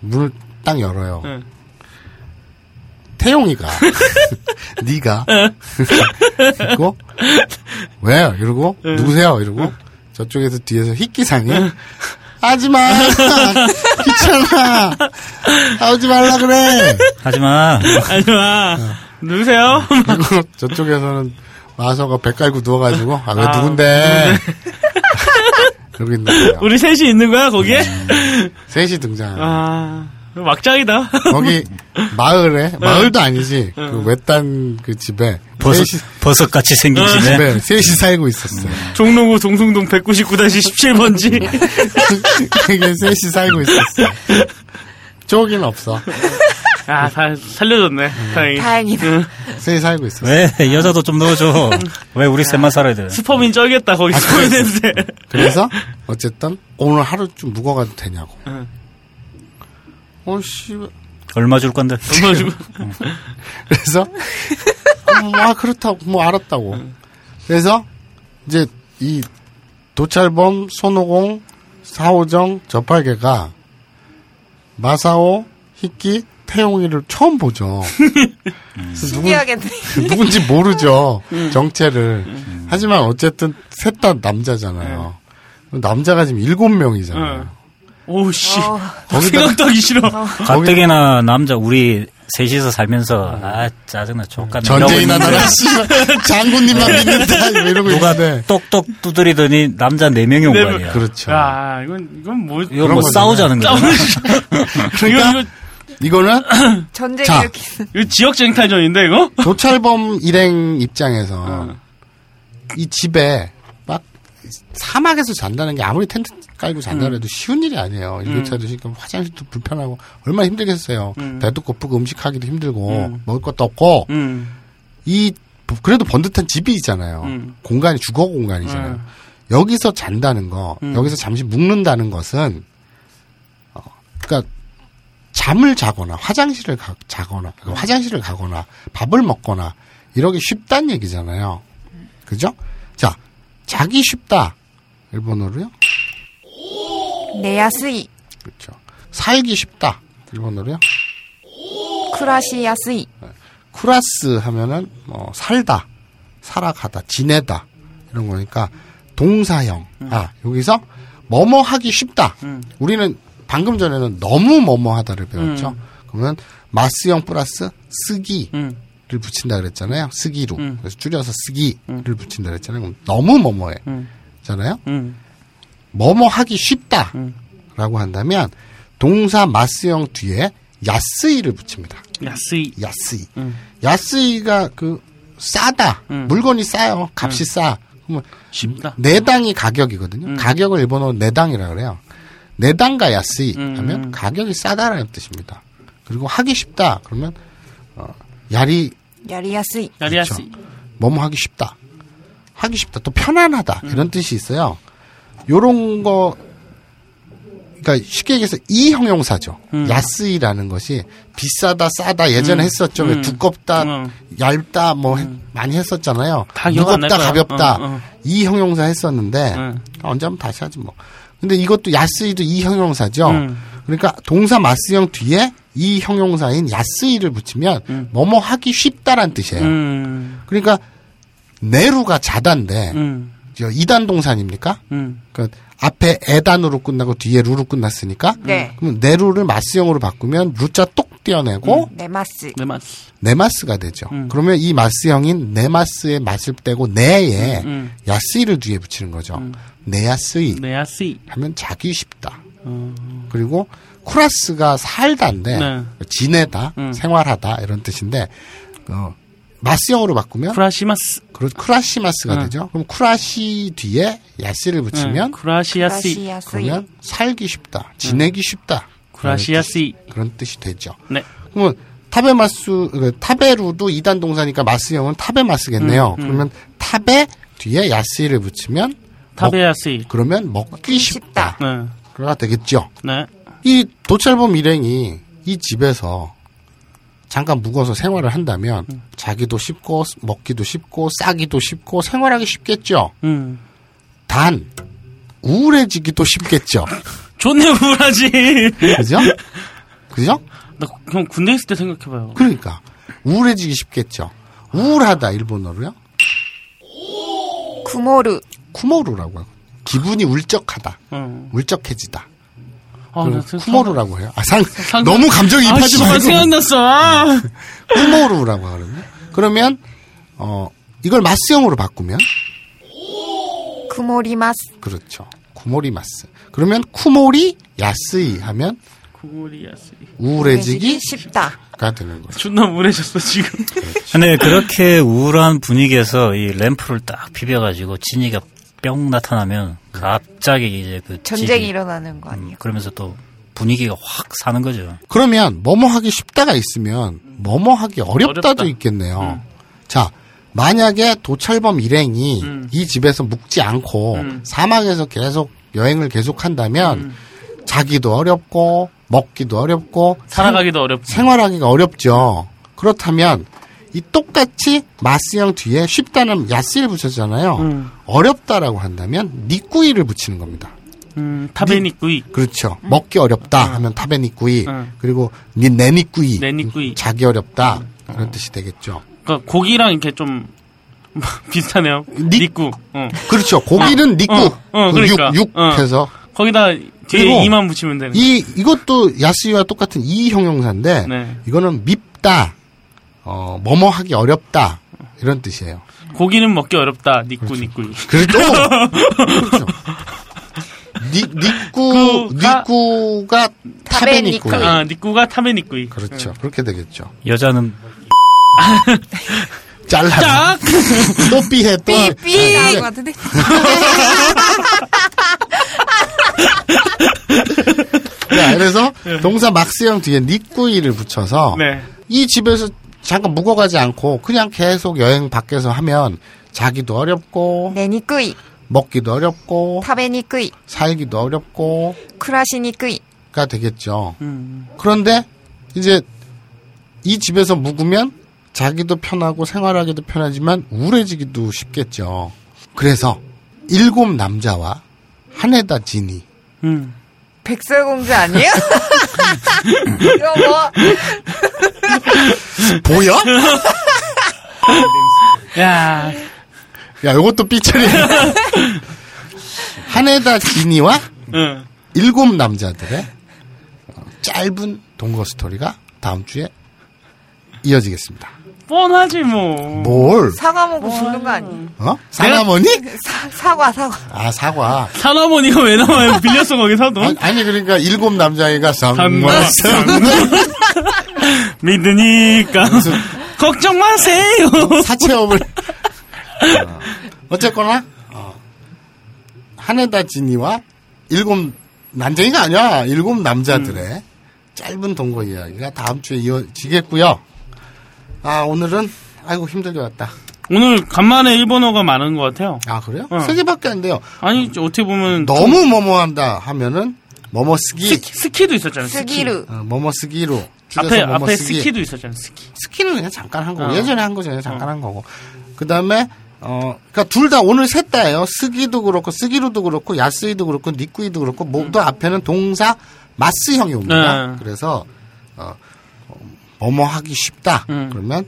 A: 문을 딱 열어요.
D: 예.
A: 태용이가 <laughs> 네가 그리고 왜요? 이러고 누구세요? 이러고 저쪽에서 뒤에서 희끼상이 하지마 귀찮아 나오지 말라 그래
C: 하지마.
D: 하지마. 아. 누구세요?
A: 그리고 <laughs> 저쪽에서는 마서가 배 깔고 누워가지고 아 왜
D: 아,
A: 누군데 <laughs> 그러고 있는 거예요
D: 우리 셋이 있는 거야 거기에?
A: 셋이 등장
D: 아 막장이다. <laughs>
A: 거기 마을에 마을도 아니지 그 외딴 그 집에
C: 버섯
A: 셋이,
C: 버섯같이 생긴 집에
A: 집에 셋이 살고 있었어요 <laughs>
D: 종로구 동숭동 199-17번지.
A: 되게 셋이 살고 있었어. 쪽긴 없어.
D: 아, 다 살려줬네. 다행히.
B: 다행이다.
A: 음,
D: 응.
A: 셋이 살고 있었어.
C: 왜 여자도 좀 넣어줘. 왜 우리 셋만 살아야 돼?
D: 스펌인 쩔겠다, 네, 거기 <laughs> 스펌인 냄새.
A: 그래서 어쨌든 오늘 하루 좀 묵어가도 되냐고.
D: 응.
A: 어씨.
C: 얼마 줄 건데?
D: 그래가지고,
A: 그래서 어, 뭐, 아 그렇다고 뭐 알았다고. 그래서 이제 이 도찰범 손오공 사오정 저팔계가 마사오 히키 태용이를 처음 <laughs> 보죠. 그래서 누군-
B: 신기하겠네.
A: 누군지 모르죠 정체를 하지만 어쨌든 셋 다 남자잖아요 남자가 지금 일곱 명이잖아요
D: 응. 오우, 씨.
B: 어,
A: 거기다가
D: 생각도 하기 싫어.
C: 가뜩이나 남자 우리 셋이서 살면서 아 짜증나 족같네.
A: 전쟁이나
C: 이러고 있는데
A: 나라 <laughs> 씨발, 장군님만 믿는다 뭐 이러고 있는데
C: 똑똑 두드리더니 남자 네명이 온
D: 네
C: 거
D: 명.
C: 아니야.
A: 그렇죠
D: 야, 이건, 이건 뭐,
C: 이거
A: 그런
C: 뭐
A: 거잖아요.
C: 싸우자는 거야.
D: 싸우는, 이거,
A: 그러니까
D: 이거,
A: 이거는
B: 전쟁이
A: 자.
B: 이렇게 있는.
D: 이거 지역 쟁탈전인데, 이거?
A: 도찰범 일행 입장에서 이 집에 막 사막에서 잔다는 게 아무리 텐트 깔고 잔다 해도 쉬운 일이 아니에요. 일교차도 시고 화장실도 불편하고 얼마나 힘들겠어요. 배도 고프고 음식하기도 힘들고 먹을 것도 없고
D: 음.
A: 이 그래도 번듯한 집이 있잖아요.
D: 음.
A: 공간이 주거 공간이잖아요.
D: 음.
A: 여기서 잔다는 거, 여기서 잠시 묵는다는 것은 어, 그러니까 잠을 자거나 화장실을 가, 자거나 그러니까 화장실을 가거나 밥을 먹거나 이러기 쉽단 얘기잖아요. 그죠? 자, 자기 쉽다. 일본어로요?
B: 내야스이,
A: 그렇죠. 살기 쉽다. 일본어로요?
B: 쿠라시야스이,
A: 쿠라스 하면은 뭐 살다, 살아가다, 지내다 이런 거니까 동사형.
D: 음.
A: 아 여기서 뭐뭐 하기 쉽다. 우리는 방금 전에는 너무 뭐뭐하다를 배웠죠. 그러면 마스형 플러스 쓰기를
D: 음.
A: 붙인다 그랬잖아요. 쓰기로
D: 음.
A: 그래서 줄여서 쓰기를 붙인다 그랬잖아요. 그럼 너무
D: 음.
A: 뭐뭐해잖아요.
D: 음.
A: 뭐뭐 하기 쉽다라고 한다면 동사 마스형 뒤에 야스이를 붙입니다.
D: 야스이.
A: 야스이.
D: 음.
A: 야스이가 그 싸다. 물건이 싸요. 값이 싸. 그러면
D: 쉽다.
A: 내당이 가격이거든요. 가격을 일본어로 내당이라 그래요. 내당과 야스이 하면 가격이 싸다라는 뜻입니다. 그리고 하기 쉽다. 그러면 어, 야리
B: 야리야스이,
D: 야리야스이.
A: 뭐뭐 하기 쉽다. 하기 쉽다. 또 편안하다.
D: 음.
A: 이런 뜻이 있어요. 요런 거, 그러니까 쉽게 얘기해서 이 형용사죠.
D: 음.
A: 야스이라는 것이 비싸다, 싸다, 예전에 했었죠. 왜 두껍다,
D: 음.
A: 얇다, 뭐 해- 많이 했었잖아요.
D: 다 기억 안날
A: 무겁다,
D: 거야.
A: 가볍다.
D: 어, 어.
A: 이 형용사 했었는데,
D: 음.
A: 아, 언제 하면 다시 하지 뭐. 근데 이것도 야스이도 이 형용사죠.
D: 음.
A: 그러니까 동사 마스형 뒤에 이 형용사인 야스이를 붙이면 뭐뭐 하기 쉽다란 뜻이에요.
D: 음,
A: 그러니까 내루가 자단데
D: 음,
A: 저 이단 동산입니까?
D: 음.
A: 그러니까 앞에 에단으로 끝나고 뒤에 루로 끝났으니까
B: 네.
A: 그럼 내루를 마스형으로 바꾸면 루자 똑 떼어내고
D: 음.
B: 네마스.
D: 내 맛.
A: 네마스가 되죠.
D: 음.
A: 그러면 이 마스형인 네마스의 맛을 떼고 네에
D: 음.
A: 야스이를 뒤에 붙이는 거죠. 네야스이
D: 내 야스이.
A: 하면 자기 쉽다. 그리고 쿠라스가 살다인데
D: 어. 네.
A: 지내다, 생활하다 이런 뜻인데 어, 마스형으로
D: 어?
A: 바꾸면
D: 쿠라시마스.
A: 그런 쿠라시마스가 되죠. 그럼 쿠라시 뒤에 야스를
D: 네,
A: 붙이면
D: 쿠라시야스이.
B: 라시아스.
A: 그러면 살기 쉽다, 지내기 쉽다
D: 쿠라시야스이.
A: 그런 뜻이 되죠.
D: 네.
A: 그러면 타베마스 그 타베루도 이단 동사니까 마스형은 타베마스겠네요. 그러면 타베 뒤에 야스를 붙이면 먹,
D: 타베야스이.
A: 그러면 먹기 쉽다.
D: 네.
A: 그가 되겠죠.
D: 네.
A: 이 도찰범 일행이 이 집에서 잠깐 묵어서 생활을 한다면
D: 음.
A: 자기도 쉽고 먹기도 쉽고 싸기도 쉽고 생활하기 쉽겠죠.
D: 음.
A: 단 우울해지기도
D: <laughs>
A: 쉽겠죠.
D: 존내 우울하지. <laughs>
A: 그죠? 그죠?
D: 나 형 군대 있을 때 생각해봐요.
A: 그러니까 우울해지기 쉽겠죠. 우울하다 일본어로요.
B: 구모르.
A: 쿠모루라고 하고 기분이 울적하다.
D: 응.
A: 울적해지다.
D: 어. 아, 나 생각-
A: 그 쿠모루라고 해요. 아, 상,
D: 상상-
A: 너무
D: 아,
A: 감정이입하지
D: 씨발,
A: 말고
D: 생각났어. <laughs> 아!
A: 쿠모루라고 하거든요. 그러면 어 이걸 마스형으로 바꾸면
B: 구모리마스.
A: 그렇죠. 쿠모리마스. 그러면 쿠모리 야스이 하면
D: 구리야스이.
A: 그 우울해지기
B: 쉽다.
A: 가 되는 거죠.
D: 존나 우울해졌어, 지금.
C: 근데 그렇게 우울한 분위기에서 이 램프를 딱 비벼가지고 진이가 뿅 나타나면 갑자기 이제 그
B: 전쟁이
C: 집이,
B: 일어나는 거
C: 음,
B: 아니에요?
C: 그러면서 또 분위기가 확 사는 거죠.
A: 그러면 뭐뭐 하기 쉽다가 있으면 뭐뭐 하기 어렵다도 음.
D: 어렵다.
A: 있겠네요. 자, 만약에 도찰범 일행이 이 집에서 묵지 않고 사막에서 계속 여행을 계속한다면 자기도 어렵고 먹기도 어렵고
D: 살아가기도 어렵고.
A: 생활하기가 어렵죠. 그렇다면 이 똑같이 마스형 뒤에 쉽다는 야스를 붙였잖아요. 어렵다라고 한다면 니꾸이를 붙이는 겁니다.
D: 음, 타베니꾸이.
A: 그렇죠. 먹기 어렵다 하면 타베니꾸이
D: 음.
A: 그리고 니 내니꾸이
D: 내니꾸이. 음.
A: 자기 어렵다 그런 뜻이 되겠죠.
D: 그러니까 고기랑 이렇게 좀 <laughs> 비슷하네요.
A: 니-
D: 니꾸. 어.
A: 그렇죠. 고기는 니꾸
D: 어, 어,
A: 그
D: 그러니까.
A: 육, 육
D: 어.
A: 해서
D: 거기다
A: 그리고
D: 뒤에 이만 붙이면 되는
A: 이 이것도 야스와 똑같은 이 형용사인데
D: 네.
A: 이거는 밉다, 어 뭐뭐 하기 어렵다 이런 뜻이에요.
D: 거. 고기는 먹기 어렵다. 니꾸 니꾸이.
A: <laughs> 그렇죠. 그렇죠. 니, 니꾸,
D: 그가-
A: 니꾸가 타베니꾸.
B: 타베니꾸이.
D: 아, 니꾸가 타베니꾸이.
A: 그 그렇죠. 그렇게 되겠죠.
C: 여자는
D: 아,
A: 잘라. 또 삐해, 또.
B: 삐삐.
A: 아,
B: 나온
A: 이제
B: 것 같은데.
A: 네, 그래서 동사 막스형 뒤에 니꾸이를 붙여서
D: 네.
A: 이 집에서 잠깐 묵어가지 않고 그냥 계속 여행 밖에서 하면 자기도 어렵고
B: 내니꾸이.
A: 먹기도 어렵고
B: 타베니꾸이.
A: 살기도 어렵고
B: 쿠라시니꾸이.
A: 가 되겠죠.
D: 음.
A: 그런데 이제 이 집에서 묵으면 자기도 편하고 생활하기도 편하지만 우울해지기도 쉽겠죠. 그래서 일곱 남자와 한에다 진이
D: 음.
B: 백설공주 아니에요? <laughs> 이런 거.
A: 보여?
D: 야,
A: 야, 요것도 삐처리. 한에다 진이와
D: 응.
A: 일곱 남자들의 짧은 동거 스토리가 다음 주에 이어지겠습니다.
D: 뻔하지 뭐.
A: 뭘?
B: 사과 먹고 죽는 거 아니에요?
A: 어? 사나머니?
B: 사, 사과, 사과.
A: 아, 사과.
D: 사나머니가 왜 나와요? <laughs> 빌렸어 거기서도.
A: 아니, 아니, 그러니까 일곱 남자애가
D: 삼마,
A: 상관
D: 믿으니까. <laughs> 걱정 마세요. <laughs>
A: 사채업을 어, 어쨌거나 어, 한에다 지니와 일곱 난쟁이가 아니야 일곱 남자들의
D: 음.
A: 짧은 동거 이야기가 다음 주에 이어지겠고요. 아 오늘은 아이고 힘들게 왔다.
D: 오늘 간만에 일본어가 많은 것 같아요.
A: 아 그래요?
D: 응.
A: 세 개밖에 안 돼요.
D: 아니 어떻게 보면
A: 너무 뭐뭐한다 하면은 뭐뭐 쓰기
D: 스키, 스키도 있었잖아요. 스키.
B: 스기루.
A: 어, 뭐뭐 쓰기로 줄여서
D: 앞에
A: 뭐뭐
D: 앞에
A: 쓰기.
D: 스키도 있었잖아요. 스키.
A: 스키는 그냥 잠깐 한 거고
D: 어.
A: 예전에 한 거잖아요 잠깐 한 거고 그 다음에 어 그러니까 둘 다 오늘 셋 다예요 쓰기도 그렇고 쓰기로도 그렇고 야스이도 그렇고 니꾸이도 그렇고 모두 앞에는 동사 마스형이 옵니다
D: 음. 네.
A: 그래서 어, 뭐뭐 하기 쉽다.
D: 음.
A: 그러면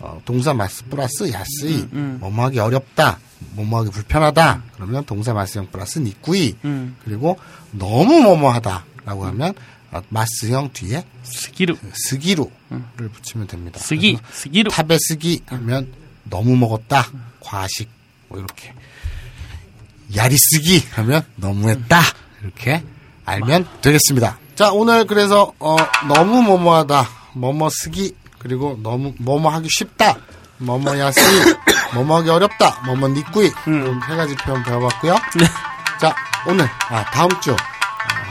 A: 어, 동사 마스 플러스 야스이
D: 음.
A: 뭐뭐 하기 어렵다. 뭐뭐 하기 불편하다. 그러면 동사 마스형 플러스 니꾸이.
D: 음.
A: 그리고 너무 뭐뭐하다라고 하면 어, 마스형 뒤에
D: 스기루.
A: 뭐그 스기루를 붙이면 됩니다.
D: 스기.
A: 그래서
D: 스기루.
A: 탑에 스기 하면 너무 먹었다. 과식. 뭐 이렇게. 야리쓰기 하면 너무했다. 이렇게 알면 되겠습니다. 자, 오늘 그래서 어, 너무 뭐뭐하다. 뭐뭐 쓰기 그리고 너무 뭐뭐 하기 쉽다. 뭐뭐야 쓰기. <coughs> 뭐뭐 하기 어렵다. 뭐뭐 니꾸이. 이런 세 가지 표현 배워봤고요. 자, 오늘 아, 다음 주 아,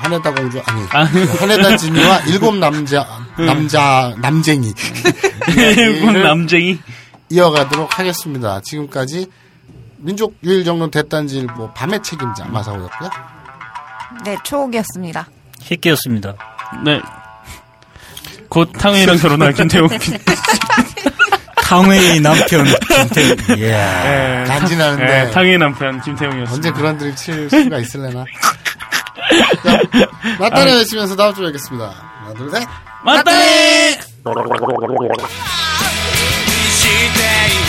A: 하네다 공주 아니 하네다 진이와 일곱 남자 남자 남쟁이
D: <laughs> 일본 그 남쟁이.
A: 네, 이어가도록 하겠습니다. 지금까지 민족 유일정론 대단지일보 밤의 책임자 마사오였고요.
B: 네, 초옥이었습니다.
C: 희끼였습니다.
D: 네. 곧 탕웨이랑 결혼할 김태욱.
C: 탕웨이 남편 김태훈. 예.
D: 예.
A: 간지나는데
D: 예, 탕웨이 남편 김태웅이었습니다.
A: 네. 언제 그런 드립 칠 수가 있을래나. 나타나 외치면서 다음 주에 뵙겠습니다. 하나 둘 셋.
D: 맞다!
F: してい